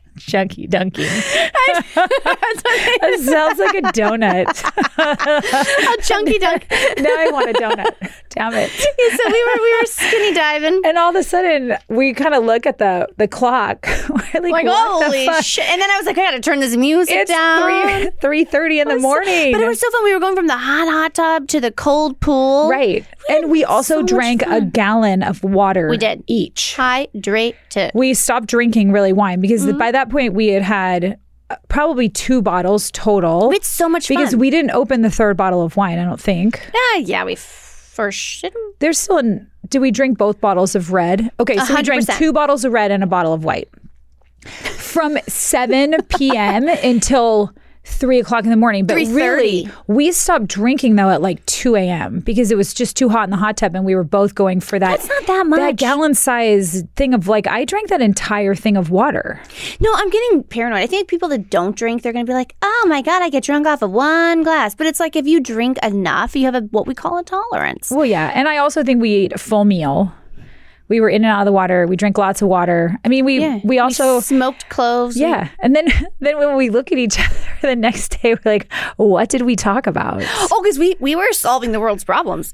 [SPEAKER 2] Chunky Dunky. that sounds like a donut.
[SPEAKER 1] I'll chunky dunk.
[SPEAKER 2] now I want a donut. Damn it.
[SPEAKER 1] so we were, we were skinny diving.
[SPEAKER 2] And all of a sudden, we kind of look at the the clock. We're like,
[SPEAKER 1] Like,
[SPEAKER 2] what the
[SPEAKER 1] holy
[SPEAKER 2] fuck?
[SPEAKER 1] shit. And then I was like, I got to turn this music
[SPEAKER 2] It's
[SPEAKER 1] down.
[SPEAKER 2] three three thirty in the morning.
[SPEAKER 1] But it was so fun. We were going from the hot hot tub to the cold pool.
[SPEAKER 2] right, and we also
[SPEAKER 1] much
[SPEAKER 2] drank a gallon of water.
[SPEAKER 1] We did.
[SPEAKER 2] each.
[SPEAKER 1] Hydrate to.
[SPEAKER 2] We stopped drinking really wine because
[SPEAKER 1] Mm-hmm.
[SPEAKER 2] by that point we had had uh, probably two bottles total.
[SPEAKER 1] It's so much
[SPEAKER 2] because
[SPEAKER 1] fun.
[SPEAKER 2] we didn't open the third bottle of wine, I don't think.
[SPEAKER 1] yeah, yeah, we first shit.
[SPEAKER 2] There's still an. Did we drink both bottles of red? Okay, so we drank
[SPEAKER 1] 100%.
[SPEAKER 2] two bottles of red and a bottle of white. From 7 p.m. until 3 o'clock in the morning. But
[SPEAKER 1] 3:30.
[SPEAKER 2] really, we stopped drinking though at like 2 a.m. because it was just too hot in the hot tub and we were both going for that.
[SPEAKER 1] That's not that
[SPEAKER 2] That
[SPEAKER 1] much.
[SPEAKER 2] gallon size thing of like, I drank that entire thing of water.
[SPEAKER 1] No, I'm getting paranoid. I think people that don't drink, they're going to be like, oh my God, I get drunk off of one glass. But it's like if you drink enough, you have a, what we call a tolerance.
[SPEAKER 2] Well, yeah. And I also think we ate a full meal. We were in and out of the water. We drank lots of water. I mean, we, we also.
[SPEAKER 1] smoked cloves. We-
[SPEAKER 2] Yeah. And then then when we look at each other the next day, we're like, what did we talk about?
[SPEAKER 1] oh, because we, we were solving the world's problems.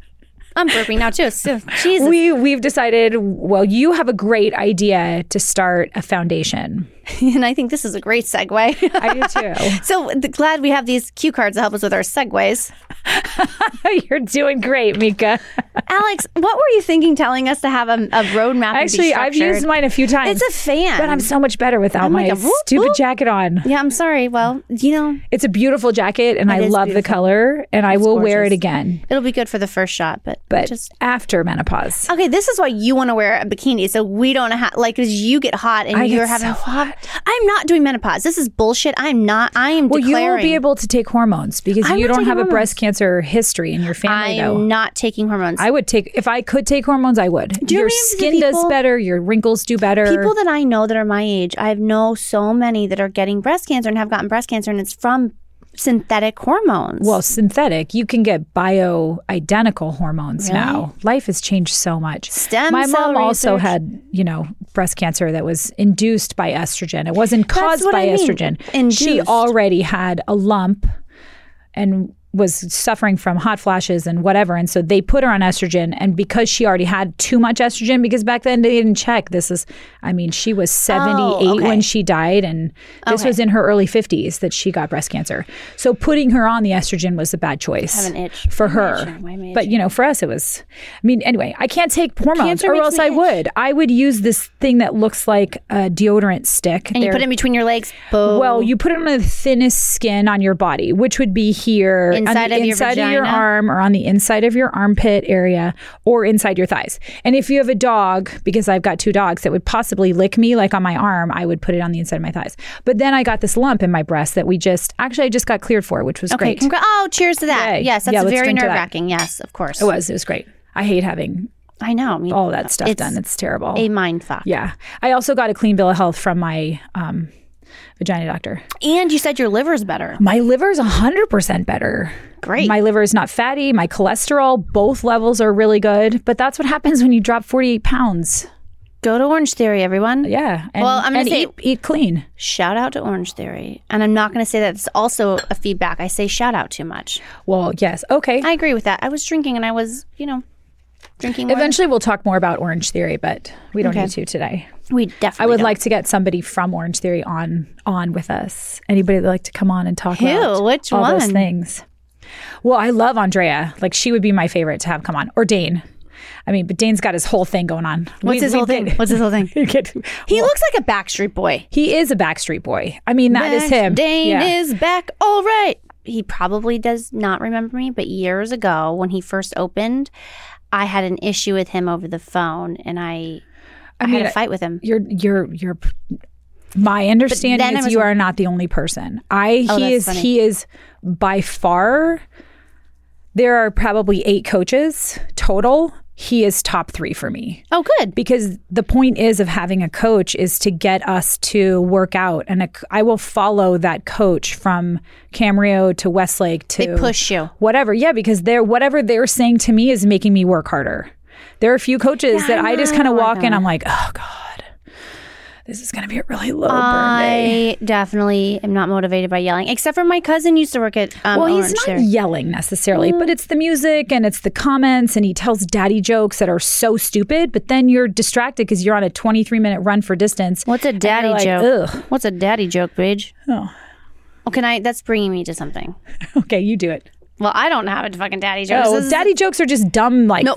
[SPEAKER 1] I'm burping now too. So, Jesus.
[SPEAKER 2] We we've decided, well, you have a great idea to start a foundation.
[SPEAKER 1] and I think this is a great segue.
[SPEAKER 2] I do too.
[SPEAKER 1] so th- glad we have these cue cards to help us with our segues.
[SPEAKER 2] You're doing great, Mika.
[SPEAKER 1] Alex, what were you thinking telling us to have a, a roadmap? and be
[SPEAKER 2] Actually, I've
[SPEAKER 1] structured?
[SPEAKER 2] used mine a few times.
[SPEAKER 1] It's a fan.
[SPEAKER 2] but I'm so much better without
[SPEAKER 1] like
[SPEAKER 2] my
[SPEAKER 1] a whoop,
[SPEAKER 2] stupid
[SPEAKER 1] whoop.
[SPEAKER 2] jacket on.
[SPEAKER 1] yeah, I'm sorry. Well, you know,
[SPEAKER 2] It's a beautiful jacket and I
[SPEAKER 1] is
[SPEAKER 2] love the
[SPEAKER 1] beautiful.
[SPEAKER 2] color and I will wear it
[SPEAKER 1] gorgeous.
[SPEAKER 2] again.
[SPEAKER 1] it'll be good for the first shot, but,
[SPEAKER 2] But
[SPEAKER 1] just
[SPEAKER 2] after menopause.
[SPEAKER 1] Okay, this is why you want to wear a bikini, so we don't have like because you get hot and
[SPEAKER 2] I get
[SPEAKER 1] you're having
[SPEAKER 2] so
[SPEAKER 1] hot. I'm not doing menopause. This is bullshit. I'm not. I am
[SPEAKER 2] Well, you
[SPEAKER 1] declaring.
[SPEAKER 2] won't be able to take hormones because
[SPEAKER 1] I'm
[SPEAKER 2] you
[SPEAKER 1] not
[SPEAKER 2] don't
[SPEAKER 1] taking
[SPEAKER 2] have a breast cancer history in your
[SPEAKER 1] I
[SPEAKER 2] family, though.
[SPEAKER 1] am not taking hormones.
[SPEAKER 2] I would take if I could take hormones, I would.
[SPEAKER 1] you
[SPEAKER 2] your
[SPEAKER 1] remember the
[SPEAKER 2] skin does
[SPEAKER 1] people-
[SPEAKER 2] better, your wrinkles do better.
[SPEAKER 1] People that I know that are my age, I know so many that are getting breast cancer and have gotten breast cancer, and it's from synthetic hormones.
[SPEAKER 2] well, synthetic, you can get bioidentical hormones now. Life has changed so much.
[SPEAKER 1] Stem
[SPEAKER 2] My
[SPEAKER 1] cell
[SPEAKER 2] mom also
[SPEAKER 1] research.
[SPEAKER 2] had, you know, breast cancer that was induced by estrogen. It wasn't caused
[SPEAKER 1] what
[SPEAKER 2] by
[SPEAKER 1] I mean,
[SPEAKER 2] estrogen. She
[SPEAKER 1] induced.
[SPEAKER 2] already had a lump and was suffering from hot flashes and whatever. And so they put her on estrogen. And because she already had too much estrogen, because back then they didn't check, this is, I mean, she was 78 when
[SPEAKER 1] Oh, okay.
[SPEAKER 2] she died. And this was in her early 50s that she got breast cancer. So putting her on the estrogen was a bad choice
[SPEAKER 1] an itch.
[SPEAKER 2] for
[SPEAKER 1] I'm
[SPEAKER 2] her.
[SPEAKER 1] itching. Why am I
[SPEAKER 2] But, you know, for us, it was, I mean, anyway, I can't take hormones
[SPEAKER 1] Cancer
[SPEAKER 2] or
[SPEAKER 1] makes
[SPEAKER 2] else
[SPEAKER 1] me
[SPEAKER 2] I
[SPEAKER 1] itch.
[SPEAKER 2] would. I would use this thing that looks like a deodorant stick.
[SPEAKER 1] and you
[SPEAKER 2] They're-
[SPEAKER 1] put it in between your legs. Boom.
[SPEAKER 2] well, you put it on the thinnest skin on your body, which would be here on
[SPEAKER 1] Inside
[SPEAKER 2] the
[SPEAKER 1] of your
[SPEAKER 2] inside of your
[SPEAKER 1] vagina?
[SPEAKER 2] arm or on the inside of your armpit area or inside your thighs. And if you have a dog, because I've got two dogs that would possibly lick me like on my arm, I would put it on the inside of my thighs. But then I got this lump in my breast that we just actually I just got cleared for, which was
[SPEAKER 1] Okay,
[SPEAKER 2] great.
[SPEAKER 1] congra- oh, cheers to that.
[SPEAKER 2] Yay.
[SPEAKER 1] Yes, that's
[SPEAKER 2] Yeah, let's
[SPEAKER 1] very
[SPEAKER 2] drink to
[SPEAKER 1] nerve
[SPEAKER 2] that.
[SPEAKER 1] wracking. Yes, of course.
[SPEAKER 2] It was, it was great. I hate having
[SPEAKER 1] I know. I mean,
[SPEAKER 2] all that stuff
[SPEAKER 1] it's
[SPEAKER 2] done. It's terrible.
[SPEAKER 1] a mind fuck.
[SPEAKER 2] yeah. I also got a clean bill of health from my um, vagina doctor.
[SPEAKER 1] And you said your liver's better.
[SPEAKER 2] My liver's 100% better.
[SPEAKER 1] Great.
[SPEAKER 2] My liver is not fatty. My cholesterol, both levels are really good. But that's what happens when you drop 48 pounds.
[SPEAKER 1] Go to Orange Theory, everyone.
[SPEAKER 2] Yeah. And,
[SPEAKER 1] Well, I'm gonna
[SPEAKER 2] and
[SPEAKER 1] say-
[SPEAKER 2] eat, eat clean.
[SPEAKER 1] Shout out to Orange Theory. And I'm not going to say that. It's also a feedback. I say shout out too much.
[SPEAKER 2] Well, yes. Okay.
[SPEAKER 1] I agree with that. I was drinking and I was, you know, drinking. more.
[SPEAKER 2] Eventually, we'll talk more about Orange Theory, but we don't
[SPEAKER 1] Okay.
[SPEAKER 2] need to today.
[SPEAKER 1] we
[SPEAKER 2] I
[SPEAKER 1] definitely
[SPEAKER 2] would
[SPEAKER 1] don't.
[SPEAKER 2] like to get somebody from Orange Theory on on with us. Anybody that would like to come on and talk
[SPEAKER 1] Who?
[SPEAKER 2] about
[SPEAKER 1] Which
[SPEAKER 2] all those
[SPEAKER 1] one?
[SPEAKER 2] things. Well, I love Andrea. Like she would be my favorite to have come on. Or Dane. I mean, but Dane's got his whole thing going on.
[SPEAKER 1] What's
[SPEAKER 2] We-
[SPEAKER 1] his
[SPEAKER 2] we
[SPEAKER 1] whole thing?
[SPEAKER 2] did-
[SPEAKER 1] What's his whole thing?
[SPEAKER 2] we could-
[SPEAKER 1] He looks like a Backstreet Boy.
[SPEAKER 2] he is a Backstreet Boy. I mean, that is him.
[SPEAKER 1] Dane
[SPEAKER 2] Yeah.
[SPEAKER 1] is back. All right. He probably does not remember me, but years ago when he first opened, I had an issue with him over the phone, and I,
[SPEAKER 2] I
[SPEAKER 1] I
[SPEAKER 2] mean,
[SPEAKER 1] had a fight with him.
[SPEAKER 2] you're you're you're my
[SPEAKER 1] then
[SPEAKER 2] understanding
[SPEAKER 1] I
[SPEAKER 2] is
[SPEAKER 1] was-
[SPEAKER 2] you are not the only person i
[SPEAKER 1] Oh,
[SPEAKER 2] he
[SPEAKER 1] that's
[SPEAKER 2] is
[SPEAKER 1] funny.
[SPEAKER 2] he is by far there are probably eight coaches total he is top three for me
[SPEAKER 1] Oh, good.
[SPEAKER 2] because the point is of having a coach is to get us to work out and a, i will follow that coach from camrio to westlake to
[SPEAKER 1] They push you.
[SPEAKER 2] whatever yeah because they're whatever they're saying to me is making me work harder there are a few coaches that i, just kind of walk in i'm like oh god this is going to be a really low burn day
[SPEAKER 1] I definitely am not motivated by yelling, except for my cousin used to work at um,
[SPEAKER 2] well,
[SPEAKER 1] Orange
[SPEAKER 2] he's not Mm.
[SPEAKER 1] there.
[SPEAKER 2] yelling necessarily, but it's the music and it's the comments, and he tells daddy jokes that are so stupid. But then you're distracted because you're on a 23 minute run for distance.
[SPEAKER 1] What's a daddy
[SPEAKER 2] like,
[SPEAKER 1] joke?
[SPEAKER 2] "Ugh."
[SPEAKER 1] What's a daddy joke, Bridge?
[SPEAKER 2] Oh.
[SPEAKER 1] Oh, can I? That's bringing me to something.
[SPEAKER 2] Okay, you do it.
[SPEAKER 1] Well, I don't have a fucking daddy joke.
[SPEAKER 2] Oh, daddy jokes are just dumb. Like,
[SPEAKER 1] No,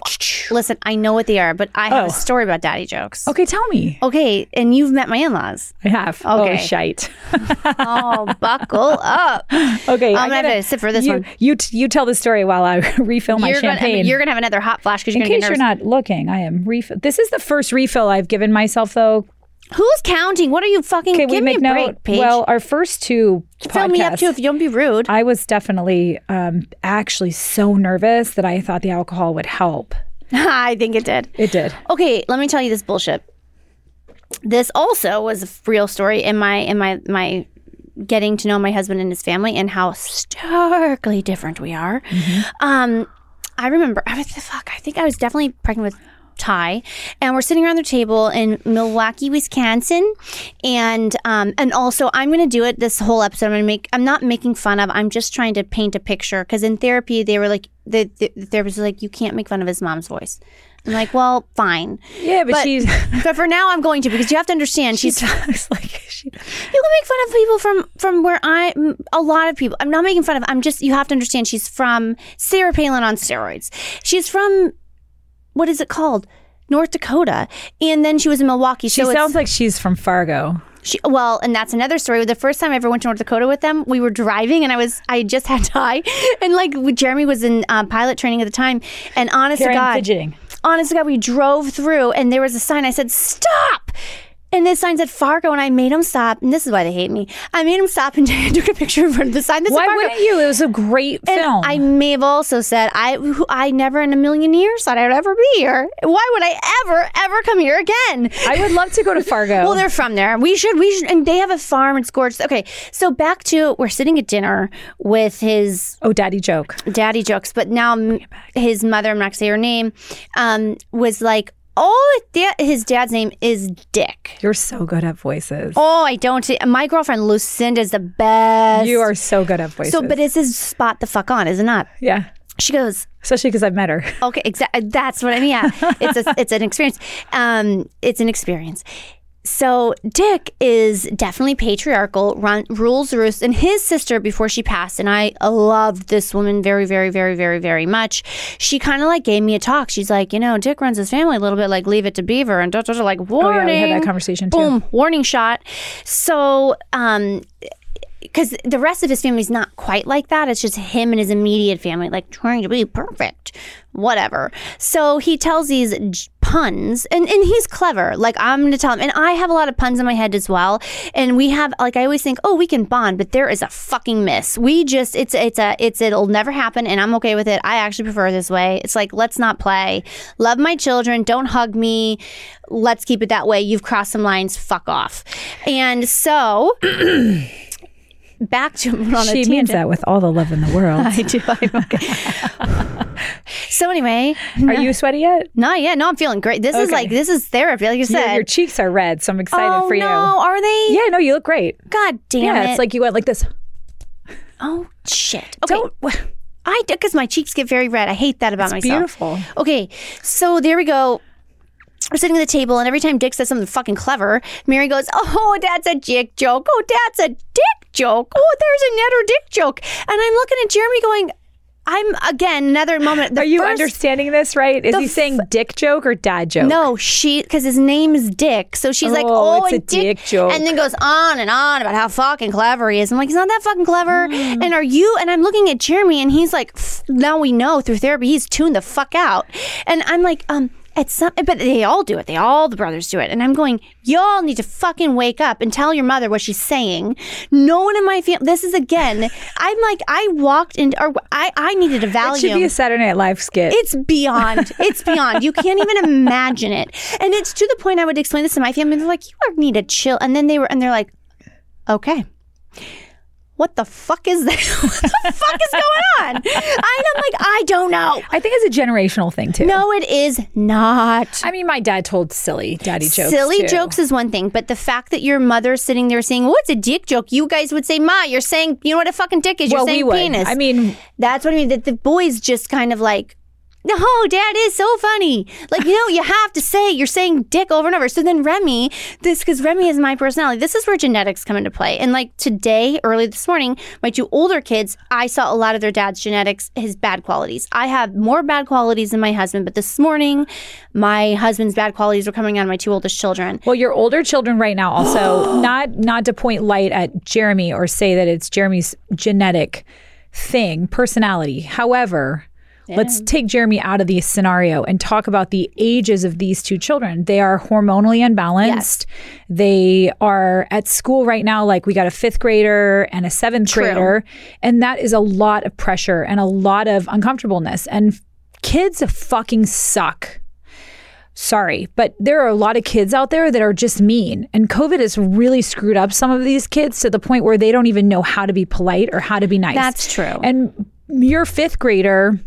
[SPEAKER 1] listen, I know what they are, but I have
[SPEAKER 2] Oh.
[SPEAKER 1] a story about daddy jokes.
[SPEAKER 2] okay, tell me.
[SPEAKER 1] Okay, and you've met my in-laws.
[SPEAKER 2] I have. Oh,
[SPEAKER 1] Okay.
[SPEAKER 2] shite.
[SPEAKER 1] Oh, buckle up!
[SPEAKER 2] Okay,
[SPEAKER 1] I'm gonna have
[SPEAKER 2] gotta-
[SPEAKER 1] to sit for this
[SPEAKER 2] you,
[SPEAKER 1] one.
[SPEAKER 2] You t- you tell the story while I refill my
[SPEAKER 1] You're gonna,
[SPEAKER 2] champagne.
[SPEAKER 1] you're gonna have another hot flash because you're
[SPEAKER 2] in
[SPEAKER 1] gonna
[SPEAKER 2] case
[SPEAKER 1] get
[SPEAKER 2] you're
[SPEAKER 1] nervous.
[SPEAKER 2] not looking, I am refill. This is the first refill I've given myself, though.
[SPEAKER 1] Who's counting? What are you fucking?
[SPEAKER 2] Okay,
[SPEAKER 1] give me
[SPEAKER 2] we make
[SPEAKER 1] a
[SPEAKER 2] note.
[SPEAKER 1] break, Paige.
[SPEAKER 2] Well, our first two
[SPEAKER 1] fill
[SPEAKER 2] podcasts,
[SPEAKER 1] me up too if you don't be rude.
[SPEAKER 2] I was definitely um, actually so nervous that I thought the alcohol would help.
[SPEAKER 1] I think it did.
[SPEAKER 2] It did.
[SPEAKER 1] Okay, let me tell you this bullshit. This also was a real story in my in my my getting to know my husband and his family and how starkly different we are. Um, I remember I was fuck. I think I was definitely pregnant with Ty, and we're sitting around the table in Milwaukee, Wisconsin, and um, and also I'm going to do it this whole episode. I'm going to make. I'm not making fun of. I'm just trying to paint a picture because in therapy they were like the, the, the therapist was like you can't make fun of his mom's voice. I'm like, well, fine.
[SPEAKER 2] Yeah, but,
[SPEAKER 1] But-
[SPEAKER 2] she's
[SPEAKER 1] But for now, I'm going to because you have to understand
[SPEAKER 2] she
[SPEAKER 1] she's
[SPEAKER 2] talks like she.
[SPEAKER 1] you can make fun of people from from where I m- a lot of people. I'm not making fun of. I'm just you have to understand she's from Sarah Palin on steroids. She's from what is it called? North Dakota, and then she was in Milwaukee.
[SPEAKER 2] She
[SPEAKER 1] so it's-
[SPEAKER 2] sounds like she's from Fargo.
[SPEAKER 1] she, well, and that's another story. The first time I ever went to North Dakota with them, we were driving, and I was I just had Ty, and like Jeremy was in um, pilot training at the time, and honest
[SPEAKER 2] Karen
[SPEAKER 1] to God,
[SPEAKER 2] fidgeting.
[SPEAKER 1] honest to God, we drove through and there was a sign. I said, Stop! And this sign said Fargo, and I made him stop. And this is why they hate me. I made him stop and took a picture in front of the sign. This is
[SPEAKER 2] Why
[SPEAKER 1] Fargo.
[SPEAKER 2] wouldn't you? It was a great
[SPEAKER 1] And
[SPEAKER 2] film.
[SPEAKER 1] I may have also said I who- I never in a million years thought I'd ever be here. Why would I ever ever come here again?
[SPEAKER 2] I would love to go to Fargo.
[SPEAKER 1] Well, they're from there. We should, we should, and they have a farm. It's gorgeous. Okay, so back to we're sitting at dinner with his
[SPEAKER 2] oh, daddy joke.
[SPEAKER 1] daddy jokes, but now m- his mother, I'm not gonna say her name, um, was like, oh, da- his dad's name is Dick.
[SPEAKER 2] You're so good at voices.
[SPEAKER 1] Oh, I don't. My girlfriend Lucinda is the best.
[SPEAKER 2] you are so good at voices.
[SPEAKER 1] So, but it's his spot the fuck on, is it not?
[SPEAKER 2] yeah,
[SPEAKER 1] She goes,
[SPEAKER 2] especially because I've met her.
[SPEAKER 1] okay, exactly. That's what I mean. Yeah, it's a, it's an experience. Um, it's an experience. So Dick is definitely patriarchal, run, rules the roost, and his sister before she passed, and I loved this woman very, very, very, very, very much. She kind of like gave me a talk. She's like, you know, Dick runs his family a little bit like Leave It to Beaver, and da, da, da, like warning.
[SPEAKER 2] Oh, yeah, we had that conversation too.
[SPEAKER 1] Boom, warning shot. So, um, because the rest of his family's not quite like that. It's just him and his immediate family, like trying to be perfect, whatever. So he tells these j- puns, and, and he's clever. Like, I'm going to tell him. And I have a lot of puns in my head as well. And we have, like, I always think, oh, we can bond, but there is a fucking miss. We just, it's, it's a, it's, it'll never happen. And I'm okay with it. I actually prefer this way. It's like, let's not play. Love my children. Don't hug me. Let's keep it that way. You've crossed some lines. Fuck off. And so back to on a
[SPEAKER 2] She
[SPEAKER 1] tangent.
[SPEAKER 2] means that with all the love in the world.
[SPEAKER 1] I do. I'm okay. so anyway,
[SPEAKER 2] Are you sweaty yet?
[SPEAKER 1] no, yeah, no, I'm feeling great. This is
[SPEAKER 2] Okay.
[SPEAKER 1] like this is therapy, like you
[SPEAKER 2] Your-
[SPEAKER 1] said.
[SPEAKER 2] your cheeks are red, so I'm excited
[SPEAKER 1] oh
[SPEAKER 2] for you.
[SPEAKER 1] no, are they?
[SPEAKER 2] Yeah, no, you look great.
[SPEAKER 1] God damn
[SPEAKER 2] yeah,
[SPEAKER 1] it!
[SPEAKER 2] it's like you went like this.
[SPEAKER 1] oh shit. Okay,
[SPEAKER 2] Don't.
[SPEAKER 1] I do because my cheeks get very red. I hate that about myself.
[SPEAKER 2] Beautiful.
[SPEAKER 1] Okay, so there we go. We're sitting at the table, and every time Dick says something fucking clever, Mary goes, "Oh, that's a dick joke. Oh, that's a dick joke. Oh, there's another dick joke." And I'm looking at Jeremy, going, I'm again another moment. The
[SPEAKER 2] Are you
[SPEAKER 1] first-
[SPEAKER 2] understanding this right? Is he saying dick joke or dad joke?
[SPEAKER 1] No, she because his name is Dick, so she's like,
[SPEAKER 2] Oh,
[SPEAKER 1] "Oh,
[SPEAKER 2] it's a
[SPEAKER 1] and Dick,
[SPEAKER 2] dick joke.
[SPEAKER 1] and then goes on and on about how fucking clever he is. I'm like, he's not that fucking clever.
[SPEAKER 2] Mm.
[SPEAKER 1] And are you? And I'm looking at Jeremy, and he's like, "Pff, now we know through therapy, he's tuned the fuck out. And I'm like, um. It's some, but they all do it. They all the brothers do it, and I'm going. Y'all need to fucking wake up and tell your mother what she's saying. No one in my family. This is again. I'm like, I walked into, or I, I needed a
[SPEAKER 2] It
[SPEAKER 1] value.
[SPEAKER 2] should be a Saturday Night Live skit.
[SPEAKER 1] It's beyond. It's beyond. You can't even imagine it. And it's to the point I would explain this to my family. They're like, "You are need to chill." And then they were, and they're like, "Okay." What the fuck is that? what the fuck is going on? And I'm like, I don't know.
[SPEAKER 2] I think it's a generational thing too.
[SPEAKER 1] No, it is not.
[SPEAKER 2] I mean, my dad told silly daddy jokes.
[SPEAKER 1] Silly
[SPEAKER 2] too.
[SPEAKER 1] jokes is one thing, but the fact that your mother's sitting there saying, "What's a dick joke?" You guys would say, "Ma, you're saying you know what a fucking dick is. You're
[SPEAKER 2] Well,
[SPEAKER 1] saying
[SPEAKER 2] we would.
[SPEAKER 1] penis."
[SPEAKER 2] I mean,
[SPEAKER 1] That's what I mean. That the boys just kind of like, no, dad is so funny. Like, you know, you have to say, you're saying dick over and over. So then Remy, this, because Remy is my personality, this is where genetics come into play. And like today, early this morning, my two older kids, I saw a lot of their dad's genetics, his bad qualities. I have more bad qualities than my husband, but this morning, my husband's bad qualities were coming out of my two oldest children.
[SPEAKER 2] well, your older children right now also not not to point light at Jeremy or say that it's Jeremy's genetic thing, personality. However, let's take Jeremy out of the scenario and talk about the ages of these two children. They are hormonally unbalanced. They are at school right now like we got a 5th grader and a 7th grader, and that is a lot of pressure and a lot of uncomfortableness and kids fucking suck. Sorry, but there are a lot of kids out there that are just mean. And COVID has really screwed up some of these kids to the point where they don't even know how to be polite or how to be nice.
[SPEAKER 1] That's true.
[SPEAKER 2] And your fifth grader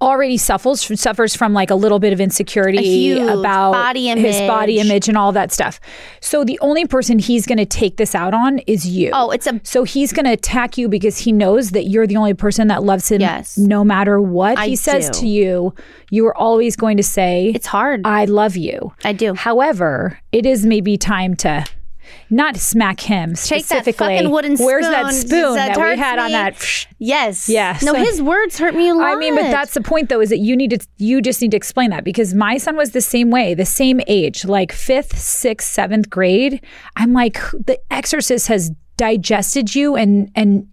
[SPEAKER 2] already suffers suffers from like a little bit of insecurity
[SPEAKER 1] A huge
[SPEAKER 2] about
[SPEAKER 1] body
[SPEAKER 2] his body
[SPEAKER 1] image.
[SPEAKER 2] image and all that stuff. So the only person he's going to take this out on is you.
[SPEAKER 1] Oh, it's a
[SPEAKER 2] So he's going to attack you because he knows that you're the only person that loves him
[SPEAKER 1] Yes.
[SPEAKER 2] no matter what
[SPEAKER 1] I
[SPEAKER 2] he says
[SPEAKER 1] do.
[SPEAKER 2] to you. You are always going to say,
[SPEAKER 1] it's hard.
[SPEAKER 2] I love you.
[SPEAKER 1] I do.
[SPEAKER 2] However, it is maybe time to not smack him
[SPEAKER 1] Take that
[SPEAKER 2] specifically.
[SPEAKER 1] fucking wooden
[SPEAKER 2] Where's that
[SPEAKER 1] spoon
[SPEAKER 2] spoon
[SPEAKER 1] that
[SPEAKER 2] that, we
[SPEAKER 1] hurts
[SPEAKER 2] had on
[SPEAKER 1] me?
[SPEAKER 2] that?
[SPEAKER 1] Yes.
[SPEAKER 2] Yes.
[SPEAKER 1] No,
[SPEAKER 2] Like-
[SPEAKER 1] his words hurt me a lot.
[SPEAKER 2] I mean, but that's the point though, is that you need to you just need to explain that because my son was the same way, the same age, like fifth, sixth, seventh grade. I'm like, the exorcist has digested you and and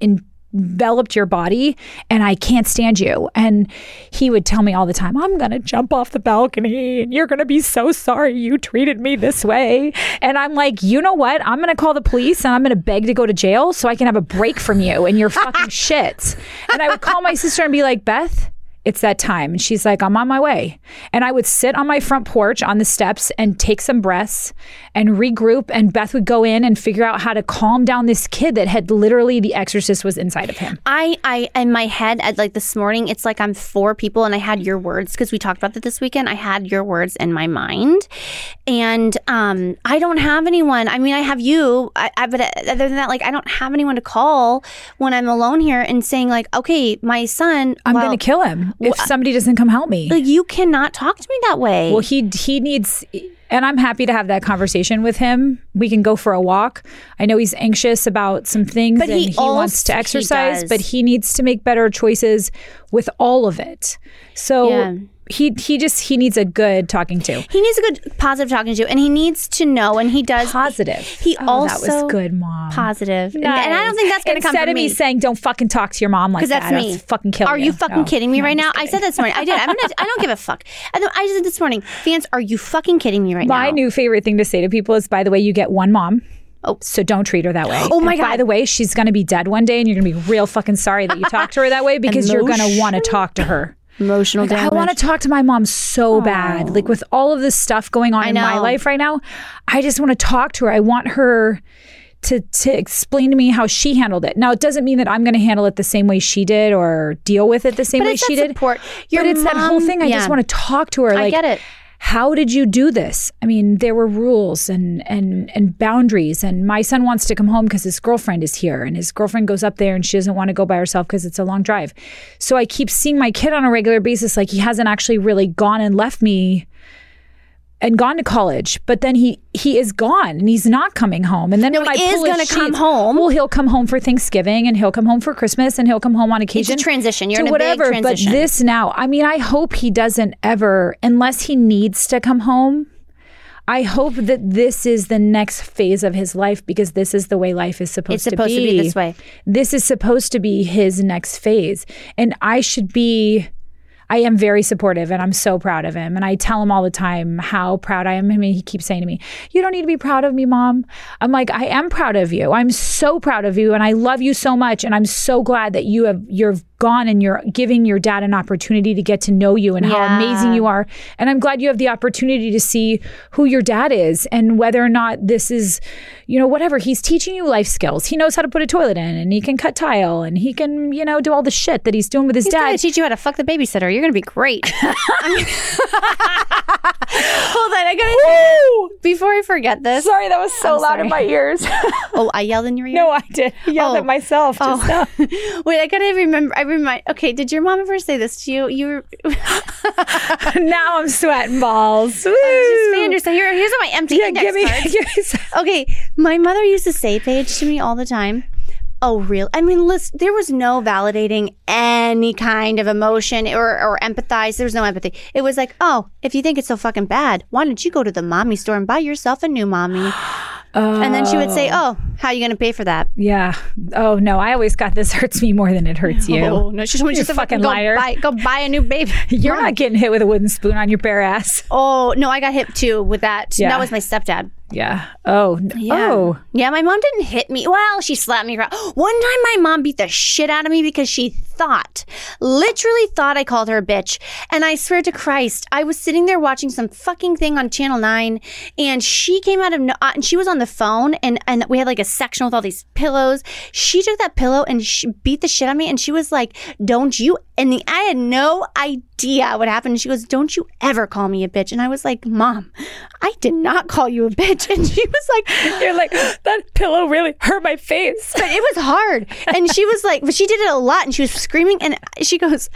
[SPEAKER 2] enveloped your body and I can't stand you. And he would tell me all the time, I'm gonna jump off the balcony and you're gonna be so sorry you treated me this way. And I'm like, you know what? I'm gonna call the police and I'm gonna beg to go to jail so I can have a break from you and your fucking shit. And I would call my sister and be like, Beth, it's that time. And she's like, I'm on my way. And I would sit on my front porch on the steps and take some breaths and regroup. And Beth would go in and figure out how to calm down this kid that had literally the exorcist was inside of him.
[SPEAKER 1] I, I, in my head, at like this morning, it's like I'm four people, and I had your words because we talked about that this weekend. I had your words in my mind, and um, I don't have anyone. I mean, I have you, I, I, but uh, other than that, like I don't have anyone to call when I'm alone here and saying like, okay, my son,
[SPEAKER 2] I'm
[SPEAKER 1] well,
[SPEAKER 2] going to kill him if somebody doesn't come help me.
[SPEAKER 1] Like, you cannot talk to me that way.
[SPEAKER 2] Well, he he needs, and I'm happy to have that conversation with him. We can go for a walk. I know he's anxious about some things,
[SPEAKER 1] But
[SPEAKER 2] and
[SPEAKER 1] he
[SPEAKER 2] he, wants
[SPEAKER 1] also-
[SPEAKER 2] to
[SPEAKER 1] he
[SPEAKER 2] exercise,
[SPEAKER 1] does.
[SPEAKER 2] but he needs to make better choices with all of it. So
[SPEAKER 1] Yeah.
[SPEAKER 2] he he just he needs a good talking to.
[SPEAKER 1] he needs a good positive talking to, and he needs to know, and he does
[SPEAKER 2] Positive.
[SPEAKER 1] He
[SPEAKER 2] oh, that
[SPEAKER 1] also-
[SPEAKER 2] was good, mom.
[SPEAKER 1] positive. And, and I don't think that's going to
[SPEAKER 2] Instead
[SPEAKER 1] come from
[SPEAKER 2] of me
[SPEAKER 1] me.
[SPEAKER 2] saying, "Don't fucking talk to your mom like
[SPEAKER 1] Because that's
[SPEAKER 2] that," I'll
[SPEAKER 1] me.
[SPEAKER 2] fucking kill
[SPEAKER 1] Are you, fucking
[SPEAKER 2] Oh. No.
[SPEAKER 1] kidding me right now? I said that this morning. I did. I'm gonna. I don't give a fuck. And then I said this morning, fans. Are you fucking kidding me right
[SPEAKER 2] My
[SPEAKER 1] now?
[SPEAKER 2] new favorite thing to say to people is, by the way, you get one mom.
[SPEAKER 1] Oh.
[SPEAKER 2] So don't treat her that way.
[SPEAKER 1] Oh my
[SPEAKER 2] And By
[SPEAKER 1] God.
[SPEAKER 2] the way, she's going to be dead one day, and you're going to be real fucking sorry that you talked to her that way because you're going to want to talk to her.
[SPEAKER 1] Emotional
[SPEAKER 2] I want to talk to my mom so bad. Like with all of this stuff going on in my
[SPEAKER 1] know.
[SPEAKER 2] life right now, I just want to talk to her. I want her to to explain to me how she handled it. Now it doesn't mean that I'm going to handle it the same way she did or deal with it the same
[SPEAKER 1] But
[SPEAKER 2] way
[SPEAKER 1] it's
[SPEAKER 2] she
[SPEAKER 1] that
[SPEAKER 2] did.
[SPEAKER 1] support. Your
[SPEAKER 2] but it's that whole
[SPEAKER 1] mom-
[SPEAKER 2] thing. I
[SPEAKER 1] yeah.
[SPEAKER 2] just want to talk to her. Like,
[SPEAKER 1] get it.
[SPEAKER 2] How did you do this? I mean, there were rules and and and boundaries. And my son wants to come home because his girlfriend is here, and his girlfriend goes up there, and she doesn't want to go by herself because it's a long drive. So I keep seeing my kid on a regular basis. Like he hasn't actually really gone and left me and gone to college, but then he he is gone and he's not coming home. And then
[SPEAKER 1] No,
[SPEAKER 2] when
[SPEAKER 1] he
[SPEAKER 2] I
[SPEAKER 1] is
[SPEAKER 2] pull his
[SPEAKER 1] gonna come
[SPEAKER 2] sheets-
[SPEAKER 1] home.
[SPEAKER 2] Well, he'll come home for Thanksgiving and he'll come home for Christmas and he'll come home on
[SPEAKER 1] It's
[SPEAKER 2] occasion.
[SPEAKER 1] a transition. You're
[SPEAKER 2] to
[SPEAKER 1] in a
[SPEAKER 2] whatever,
[SPEAKER 1] big
[SPEAKER 2] but
[SPEAKER 1] transition.
[SPEAKER 2] this now, I mean, I hope he doesn't ever, unless he needs to come home. I hope that this is the next phase of his life because this is the way life is supposed,
[SPEAKER 1] it's supposed to be this way.
[SPEAKER 2] this is supposed to be his next phase. And I should be, I am very supportive and I'm so proud of him. And I tell him all the time how proud I am. I mean, he keeps saying to me, You don't need to be proud of me, mom. I'm like, I am proud of you. I'm so proud of you. And I love you so much. And I'm so glad that you have, you're gone and you're giving your dad an opportunity to get to know you and how
[SPEAKER 1] Yeah.
[SPEAKER 2] amazing you are. And I'm glad you have the opportunity to see who your dad is and whether or not this is, you know, whatever. He's teaching you life skills. He knows how to put a toilet in and he can cut tile and he can, you know, do all the shit that he's doing with his
[SPEAKER 1] He's
[SPEAKER 2] dad.
[SPEAKER 1] gonna teach you how to fuck the babysitter. You're gonna be great. Hold on, I gotta. Before I forget this,
[SPEAKER 2] Sorry, that was so loud in my ears.
[SPEAKER 1] oh, I yelled in your ear.
[SPEAKER 2] no, I did. I yelled
[SPEAKER 1] Oh.
[SPEAKER 2] at myself just now.
[SPEAKER 1] Wait, I gotta remember. I remind. Okay, did your mom ever say this to you? You were
[SPEAKER 2] now I'm sweating balls. Woo.
[SPEAKER 1] just Anderson. Here, here's my empty
[SPEAKER 2] yeah,
[SPEAKER 1] index
[SPEAKER 2] give me,
[SPEAKER 1] card.
[SPEAKER 2] give me some.
[SPEAKER 1] Okay, my mother used to say Paige to me all the time. Oh, real? I mean, listen, there was no validating any kind of emotion or, or empathize. There was no empathy. It was like, oh, if you think it's so fucking bad, why don't you go to the mommy store and buy yourself a new mommy? And then she would say, oh, how are you going to pay for that?
[SPEAKER 2] Yeah. Oh no, I always got this hurts me more than it hurts you.
[SPEAKER 1] Oh, no, she told me
[SPEAKER 2] You're
[SPEAKER 1] just to
[SPEAKER 2] a fucking
[SPEAKER 1] go
[SPEAKER 2] liar.
[SPEAKER 1] Buy, go buy a new baby.
[SPEAKER 2] You're not getting hit with a wooden spoon on your bare ass.
[SPEAKER 1] Oh, no, I got hit too with that.
[SPEAKER 2] Yeah.
[SPEAKER 1] That was my stepdad.
[SPEAKER 2] Yeah. Oh. n-
[SPEAKER 1] Yeah.
[SPEAKER 2] Oh.
[SPEAKER 1] Yeah, my mom didn't hit me. Well, she slapped me around. One time my mom beat the shit out of me because she thought, literally thought I called her a bitch. And I swear to Christ, I was sitting there watching some fucking thing on Channel 9 and she came out of no, uh, and she was on the phone and and we had like a section with all these pillows. She took that pillow and she beat the shit out of me and she was like, "Don't you?" And the, I had no idea what happened. And she goes, "Don't you ever call me a bitch." And I was like, "Mom, I did not call you a bitch." And she was like,
[SPEAKER 2] You're like that pillow really hurt my face.
[SPEAKER 1] but it was hard. And she was like, but she did it a lot and she was screaming and she goes,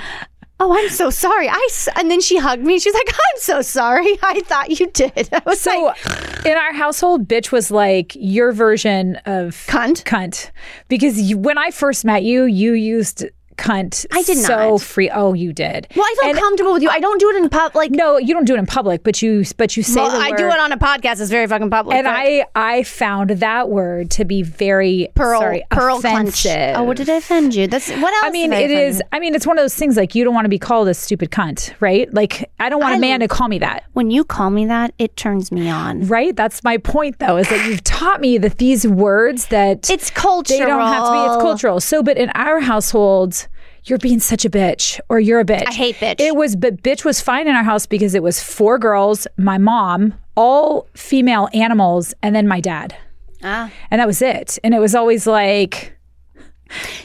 [SPEAKER 1] Oh, I'm so sorry. I s-" and then she hugged me. She's like, "I'm so sorry. I thought you did." I was like,
[SPEAKER 2] So, in our household, bitch was like your version of
[SPEAKER 1] "Cunt."
[SPEAKER 2] cunt. Because you, when I first met you, you used cunt.
[SPEAKER 1] I did
[SPEAKER 2] so
[SPEAKER 1] not.
[SPEAKER 2] free. Oh, you did.
[SPEAKER 1] Well, I felt
[SPEAKER 2] And-
[SPEAKER 1] comfortable with you. I don't do it in pub. Like,
[SPEAKER 2] No, you don't do it in public, but you but you say
[SPEAKER 1] well,
[SPEAKER 2] the
[SPEAKER 1] I
[SPEAKER 2] word.
[SPEAKER 1] do it on a podcast. It's very fucking public.
[SPEAKER 2] and
[SPEAKER 1] but-
[SPEAKER 2] I I found that word to be very
[SPEAKER 1] pearl
[SPEAKER 2] sorry,
[SPEAKER 1] pearl clench.
[SPEAKER 2] offensive.
[SPEAKER 1] Oh, what did I offend you? That's what else?
[SPEAKER 2] I mean,
[SPEAKER 1] did
[SPEAKER 2] it
[SPEAKER 1] offend
[SPEAKER 2] is.
[SPEAKER 1] you?
[SPEAKER 2] I mean, it's one of those things like you don't want to be called a stupid cunt, right? Like, I don't want a
[SPEAKER 1] I-
[SPEAKER 2] man to call me that,
[SPEAKER 1] when you call me that, it turns me on.
[SPEAKER 2] right? That's my point, though, is that you've taught me that these words that
[SPEAKER 1] It's cultural.
[SPEAKER 2] they don't have to be, it's cultural. So, but in our household, you're being such a bitch or you're a bitch.
[SPEAKER 1] I hate bitch.
[SPEAKER 2] It was, but bitch was fine in our house because it was four girls, my mom, all female animals, and then my dad.
[SPEAKER 1] Ah.
[SPEAKER 2] And that was it. And it was always like,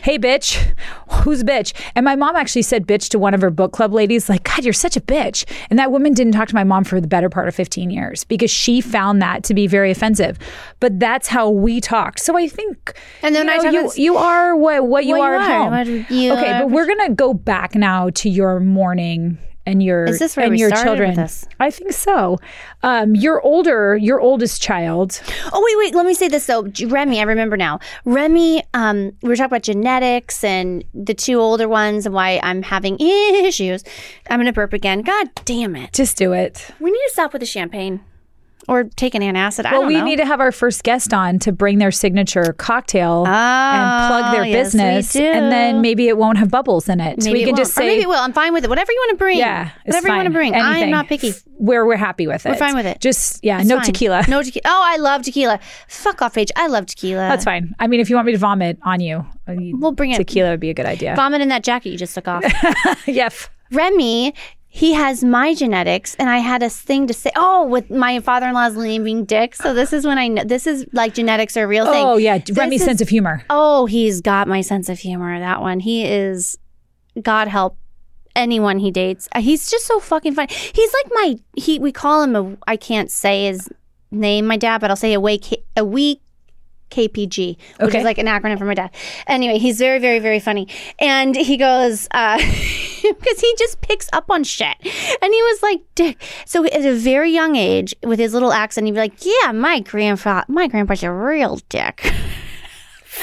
[SPEAKER 2] hey, bitch, who's bitch? And my mom actually said bitch to one of her book club ladies, like, God, you're such a bitch. And that woman didn't talk to my mom for the better part of 15 years because she found that to be very offensive. But that's how we talked. So I think
[SPEAKER 1] And then
[SPEAKER 2] you,
[SPEAKER 1] I
[SPEAKER 2] know,
[SPEAKER 1] talk
[SPEAKER 2] you,
[SPEAKER 1] about-
[SPEAKER 2] you are what, what you
[SPEAKER 1] What you
[SPEAKER 2] are at
[SPEAKER 1] are,
[SPEAKER 2] home.
[SPEAKER 1] what you
[SPEAKER 2] okay,
[SPEAKER 1] are.
[SPEAKER 2] but we're going to go back now to your morning. And your
[SPEAKER 1] Is this where
[SPEAKER 2] and
[SPEAKER 1] we
[SPEAKER 2] your
[SPEAKER 1] started with
[SPEAKER 2] children?
[SPEAKER 1] this?
[SPEAKER 2] I think so. Um, your older, your oldest child,
[SPEAKER 1] Oh wait, wait. Let me say this though, J- Remy. I remember now. Remy, um, we were talking about genetics and the two older ones and why I'm having issues. I'm gonna burp again. God damn it!
[SPEAKER 2] just do it.
[SPEAKER 1] We need to stop with the champagne or take an antacid. I
[SPEAKER 2] Well,
[SPEAKER 1] don't
[SPEAKER 2] we
[SPEAKER 1] know.
[SPEAKER 2] need to have our first guest on to bring their signature cocktail and plug their
[SPEAKER 1] Oh, yes, we
[SPEAKER 2] business,
[SPEAKER 1] do.
[SPEAKER 2] and then maybe it won't have bubbles in it.
[SPEAKER 1] Maybe it
[SPEAKER 2] we can
[SPEAKER 1] won't.
[SPEAKER 2] just
[SPEAKER 1] or
[SPEAKER 2] say,
[SPEAKER 1] maybe it will. I'm fine with it. Whatever you want to bring.
[SPEAKER 2] yeah, it's
[SPEAKER 1] whatever you want to
[SPEAKER 2] fine.
[SPEAKER 1] bring. I'm
[SPEAKER 2] Anything.
[SPEAKER 1] not picky.
[SPEAKER 2] F- Where we're happy with it, we're
[SPEAKER 1] fine with it.
[SPEAKER 2] Just yeah,
[SPEAKER 1] It's
[SPEAKER 2] no
[SPEAKER 1] fine.
[SPEAKER 2] tequila.
[SPEAKER 1] No tequila. Oh, I love tequila. Fuck off, Paige. I love tequila.
[SPEAKER 2] That's fine. I mean, if you want me to vomit on you,
[SPEAKER 1] We'll bring it.
[SPEAKER 2] Tequila would be a good idea.
[SPEAKER 1] Vomit in that jacket you just took off.
[SPEAKER 2] yeah, f-
[SPEAKER 1] Remy, he has my genetics, and I had a thing to say. Oh, with my father-in-law's name being Dick, so this is when I know this is like genetics are a real thing.
[SPEAKER 2] oh yeah,
[SPEAKER 1] This
[SPEAKER 2] Remy's
[SPEAKER 1] is-
[SPEAKER 2] sense of humor.
[SPEAKER 1] Oh, he's got my sense of humor. That one, he is. God help anyone he dates. Uh, He's just so fucking funny. He's like my he. We call him a. I can't say his name, my dad, but I'll say a weak a weak KPG, which
[SPEAKER 2] Okay.
[SPEAKER 1] is like an acronym for my dad. Anyway, he's very, very, very funny. And he goes, because he just picks up on shit. And he was like, Dick. So at a very young age, with his little accent, he'd be like, yeah, my grandpa, my grandpa's a real dick. He's she's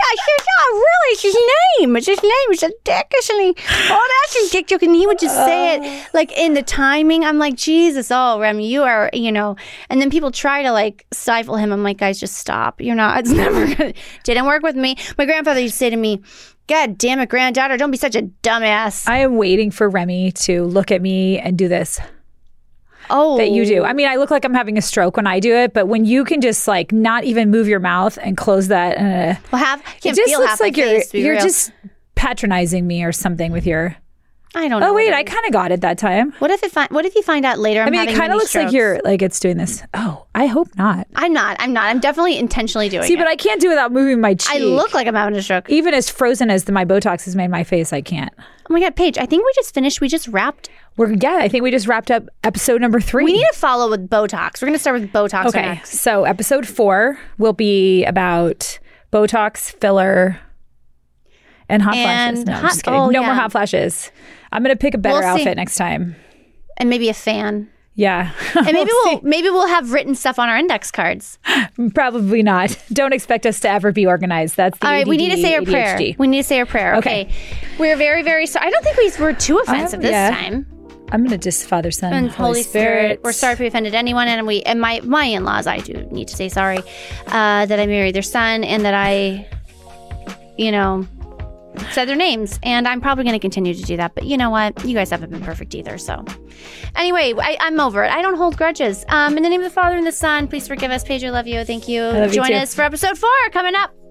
[SPEAKER 1] not really, it's his name. It's his name. It's a dick, isn't he? Oh, that's a dick joke. And he would just say
[SPEAKER 2] Oh.
[SPEAKER 1] it like in the timing. I'm like, Jesus, oh, Rem, you are, you know. And then people try to like stifle him. I'm like, guys, just stop. You're not, it's never gonna, didn't work with me. My grandfather used to say to me, God damn it, granddaughter, don't be such a dumbass.
[SPEAKER 2] I am waiting for Remy to look at me and do this
[SPEAKER 1] oh,
[SPEAKER 2] that you do. I mean, I look like I'm having a stroke when I do it, but when you can just like not even move your mouth and close that, uh,
[SPEAKER 1] Well, half,
[SPEAKER 2] it
[SPEAKER 1] can't
[SPEAKER 2] just
[SPEAKER 1] feel half
[SPEAKER 2] looks
[SPEAKER 1] my
[SPEAKER 2] like you're
[SPEAKER 1] face, to be
[SPEAKER 2] you're
[SPEAKER 1] real.
[SPEAKER 2] just patronizing me or something with your.
[SPEAKER 1] I don't know.
[SPEAKER 2] Oh wait,
[SPEAKER 1] what it
[SPEAKER 2] I kind of got it that time.
[SPEAKER 1] What if it fi- what if you find out later? I'm
[SPEAKER 2] I mean, it
[SPEAKER 1] having
[SPEAKER 2] kind of
[SPEAKER 1] mini
[SPEAKER 2] looks like
[SPEAKER 1] strokes?
[SPEAKER 2] you're like it's doing this. Oh, I hope not.
[SPEAKER 1] I'm not. I'm not. I'm definitely intentionally doing
[SPEAKER 2] See,
[SPEAKER 1] it.
[SPEAKER 2] but I can't do it without moving my cheek.
[SPEAKER 1] I look like I'm having a stroke.
[SPEAKER 2] even as frozen as the, my Botox has made my face. I can't.
[SPEAKER 1] Oh my god, Paige! I think we just finished. We just wrapped.
[SPEAKER 2] We're yeah. I think we just wrapped up episode number three.
[SPEAKER 1] We need to follow with Botox. We're gonna start with Botox.
[SPEAKER 2] okay.
[SPEAKER 1] next.
[SPEAKER 2] So episode four will be about Botox filler. And hot
[SPEAKER 1] And
[SPEAKER 2] flashes. No, I'm
[SPEAKER 1] hot-
[SPEAKER 2] just kidding.
[SPEAKER 1] oh,
[SPEAKER 2] no more
[SPEAKER 1] yeah.
[SPEAKER 2] hot flashes. I'm gonna pick a better
[SPEAKER 1] We'll see.
[SPEAKER 2] outfit next time.
[SPEAKER 1] and maybe a fan.
[SPEAKER 2] Yeah.
[SPEAKER 1] And maybe we'll maybe we'll have written stuff on our index cards.
[SPEAKER 2] Probably not. Don't expect us to ever be organized. That's the
[SPEAKER 1] All right, we need to say our
[SPEAKER 2] ADD.
[SPEAKER 1] prayer. We need to say our prayer. Okay,
[SPEAKER 2] Okay.
[SPEAKER 1] we're very very sorry. I don't think we were too offensive this
[SPEAKER 2] yeah.
[SPEAKER 1] time.
[SPEAKER 2] I'm gonna just Father, Son,
[SPEAKER 1] and Holy, Spirit. We're sorry
[SPEAKER 2] sorry.
[SPEAKER 1] if we offended anyone, and we and my my in laws. I do need to say sorry uh, that I married their son and that I, you know, said their names. And I'm probably going to continue to do that. But you know what? You guys haven't been perfect either. So anyway, I, I'm over it. I don't hold grudges. Um, in the name of the Father and the Son, please forgive us, Paige. I love you. Thank you.
[SPEAKER 2] love you
[SPEAKER 1] Join
[SPEAKER 2] too.
[SPEAKER 1] us for episode four coming up.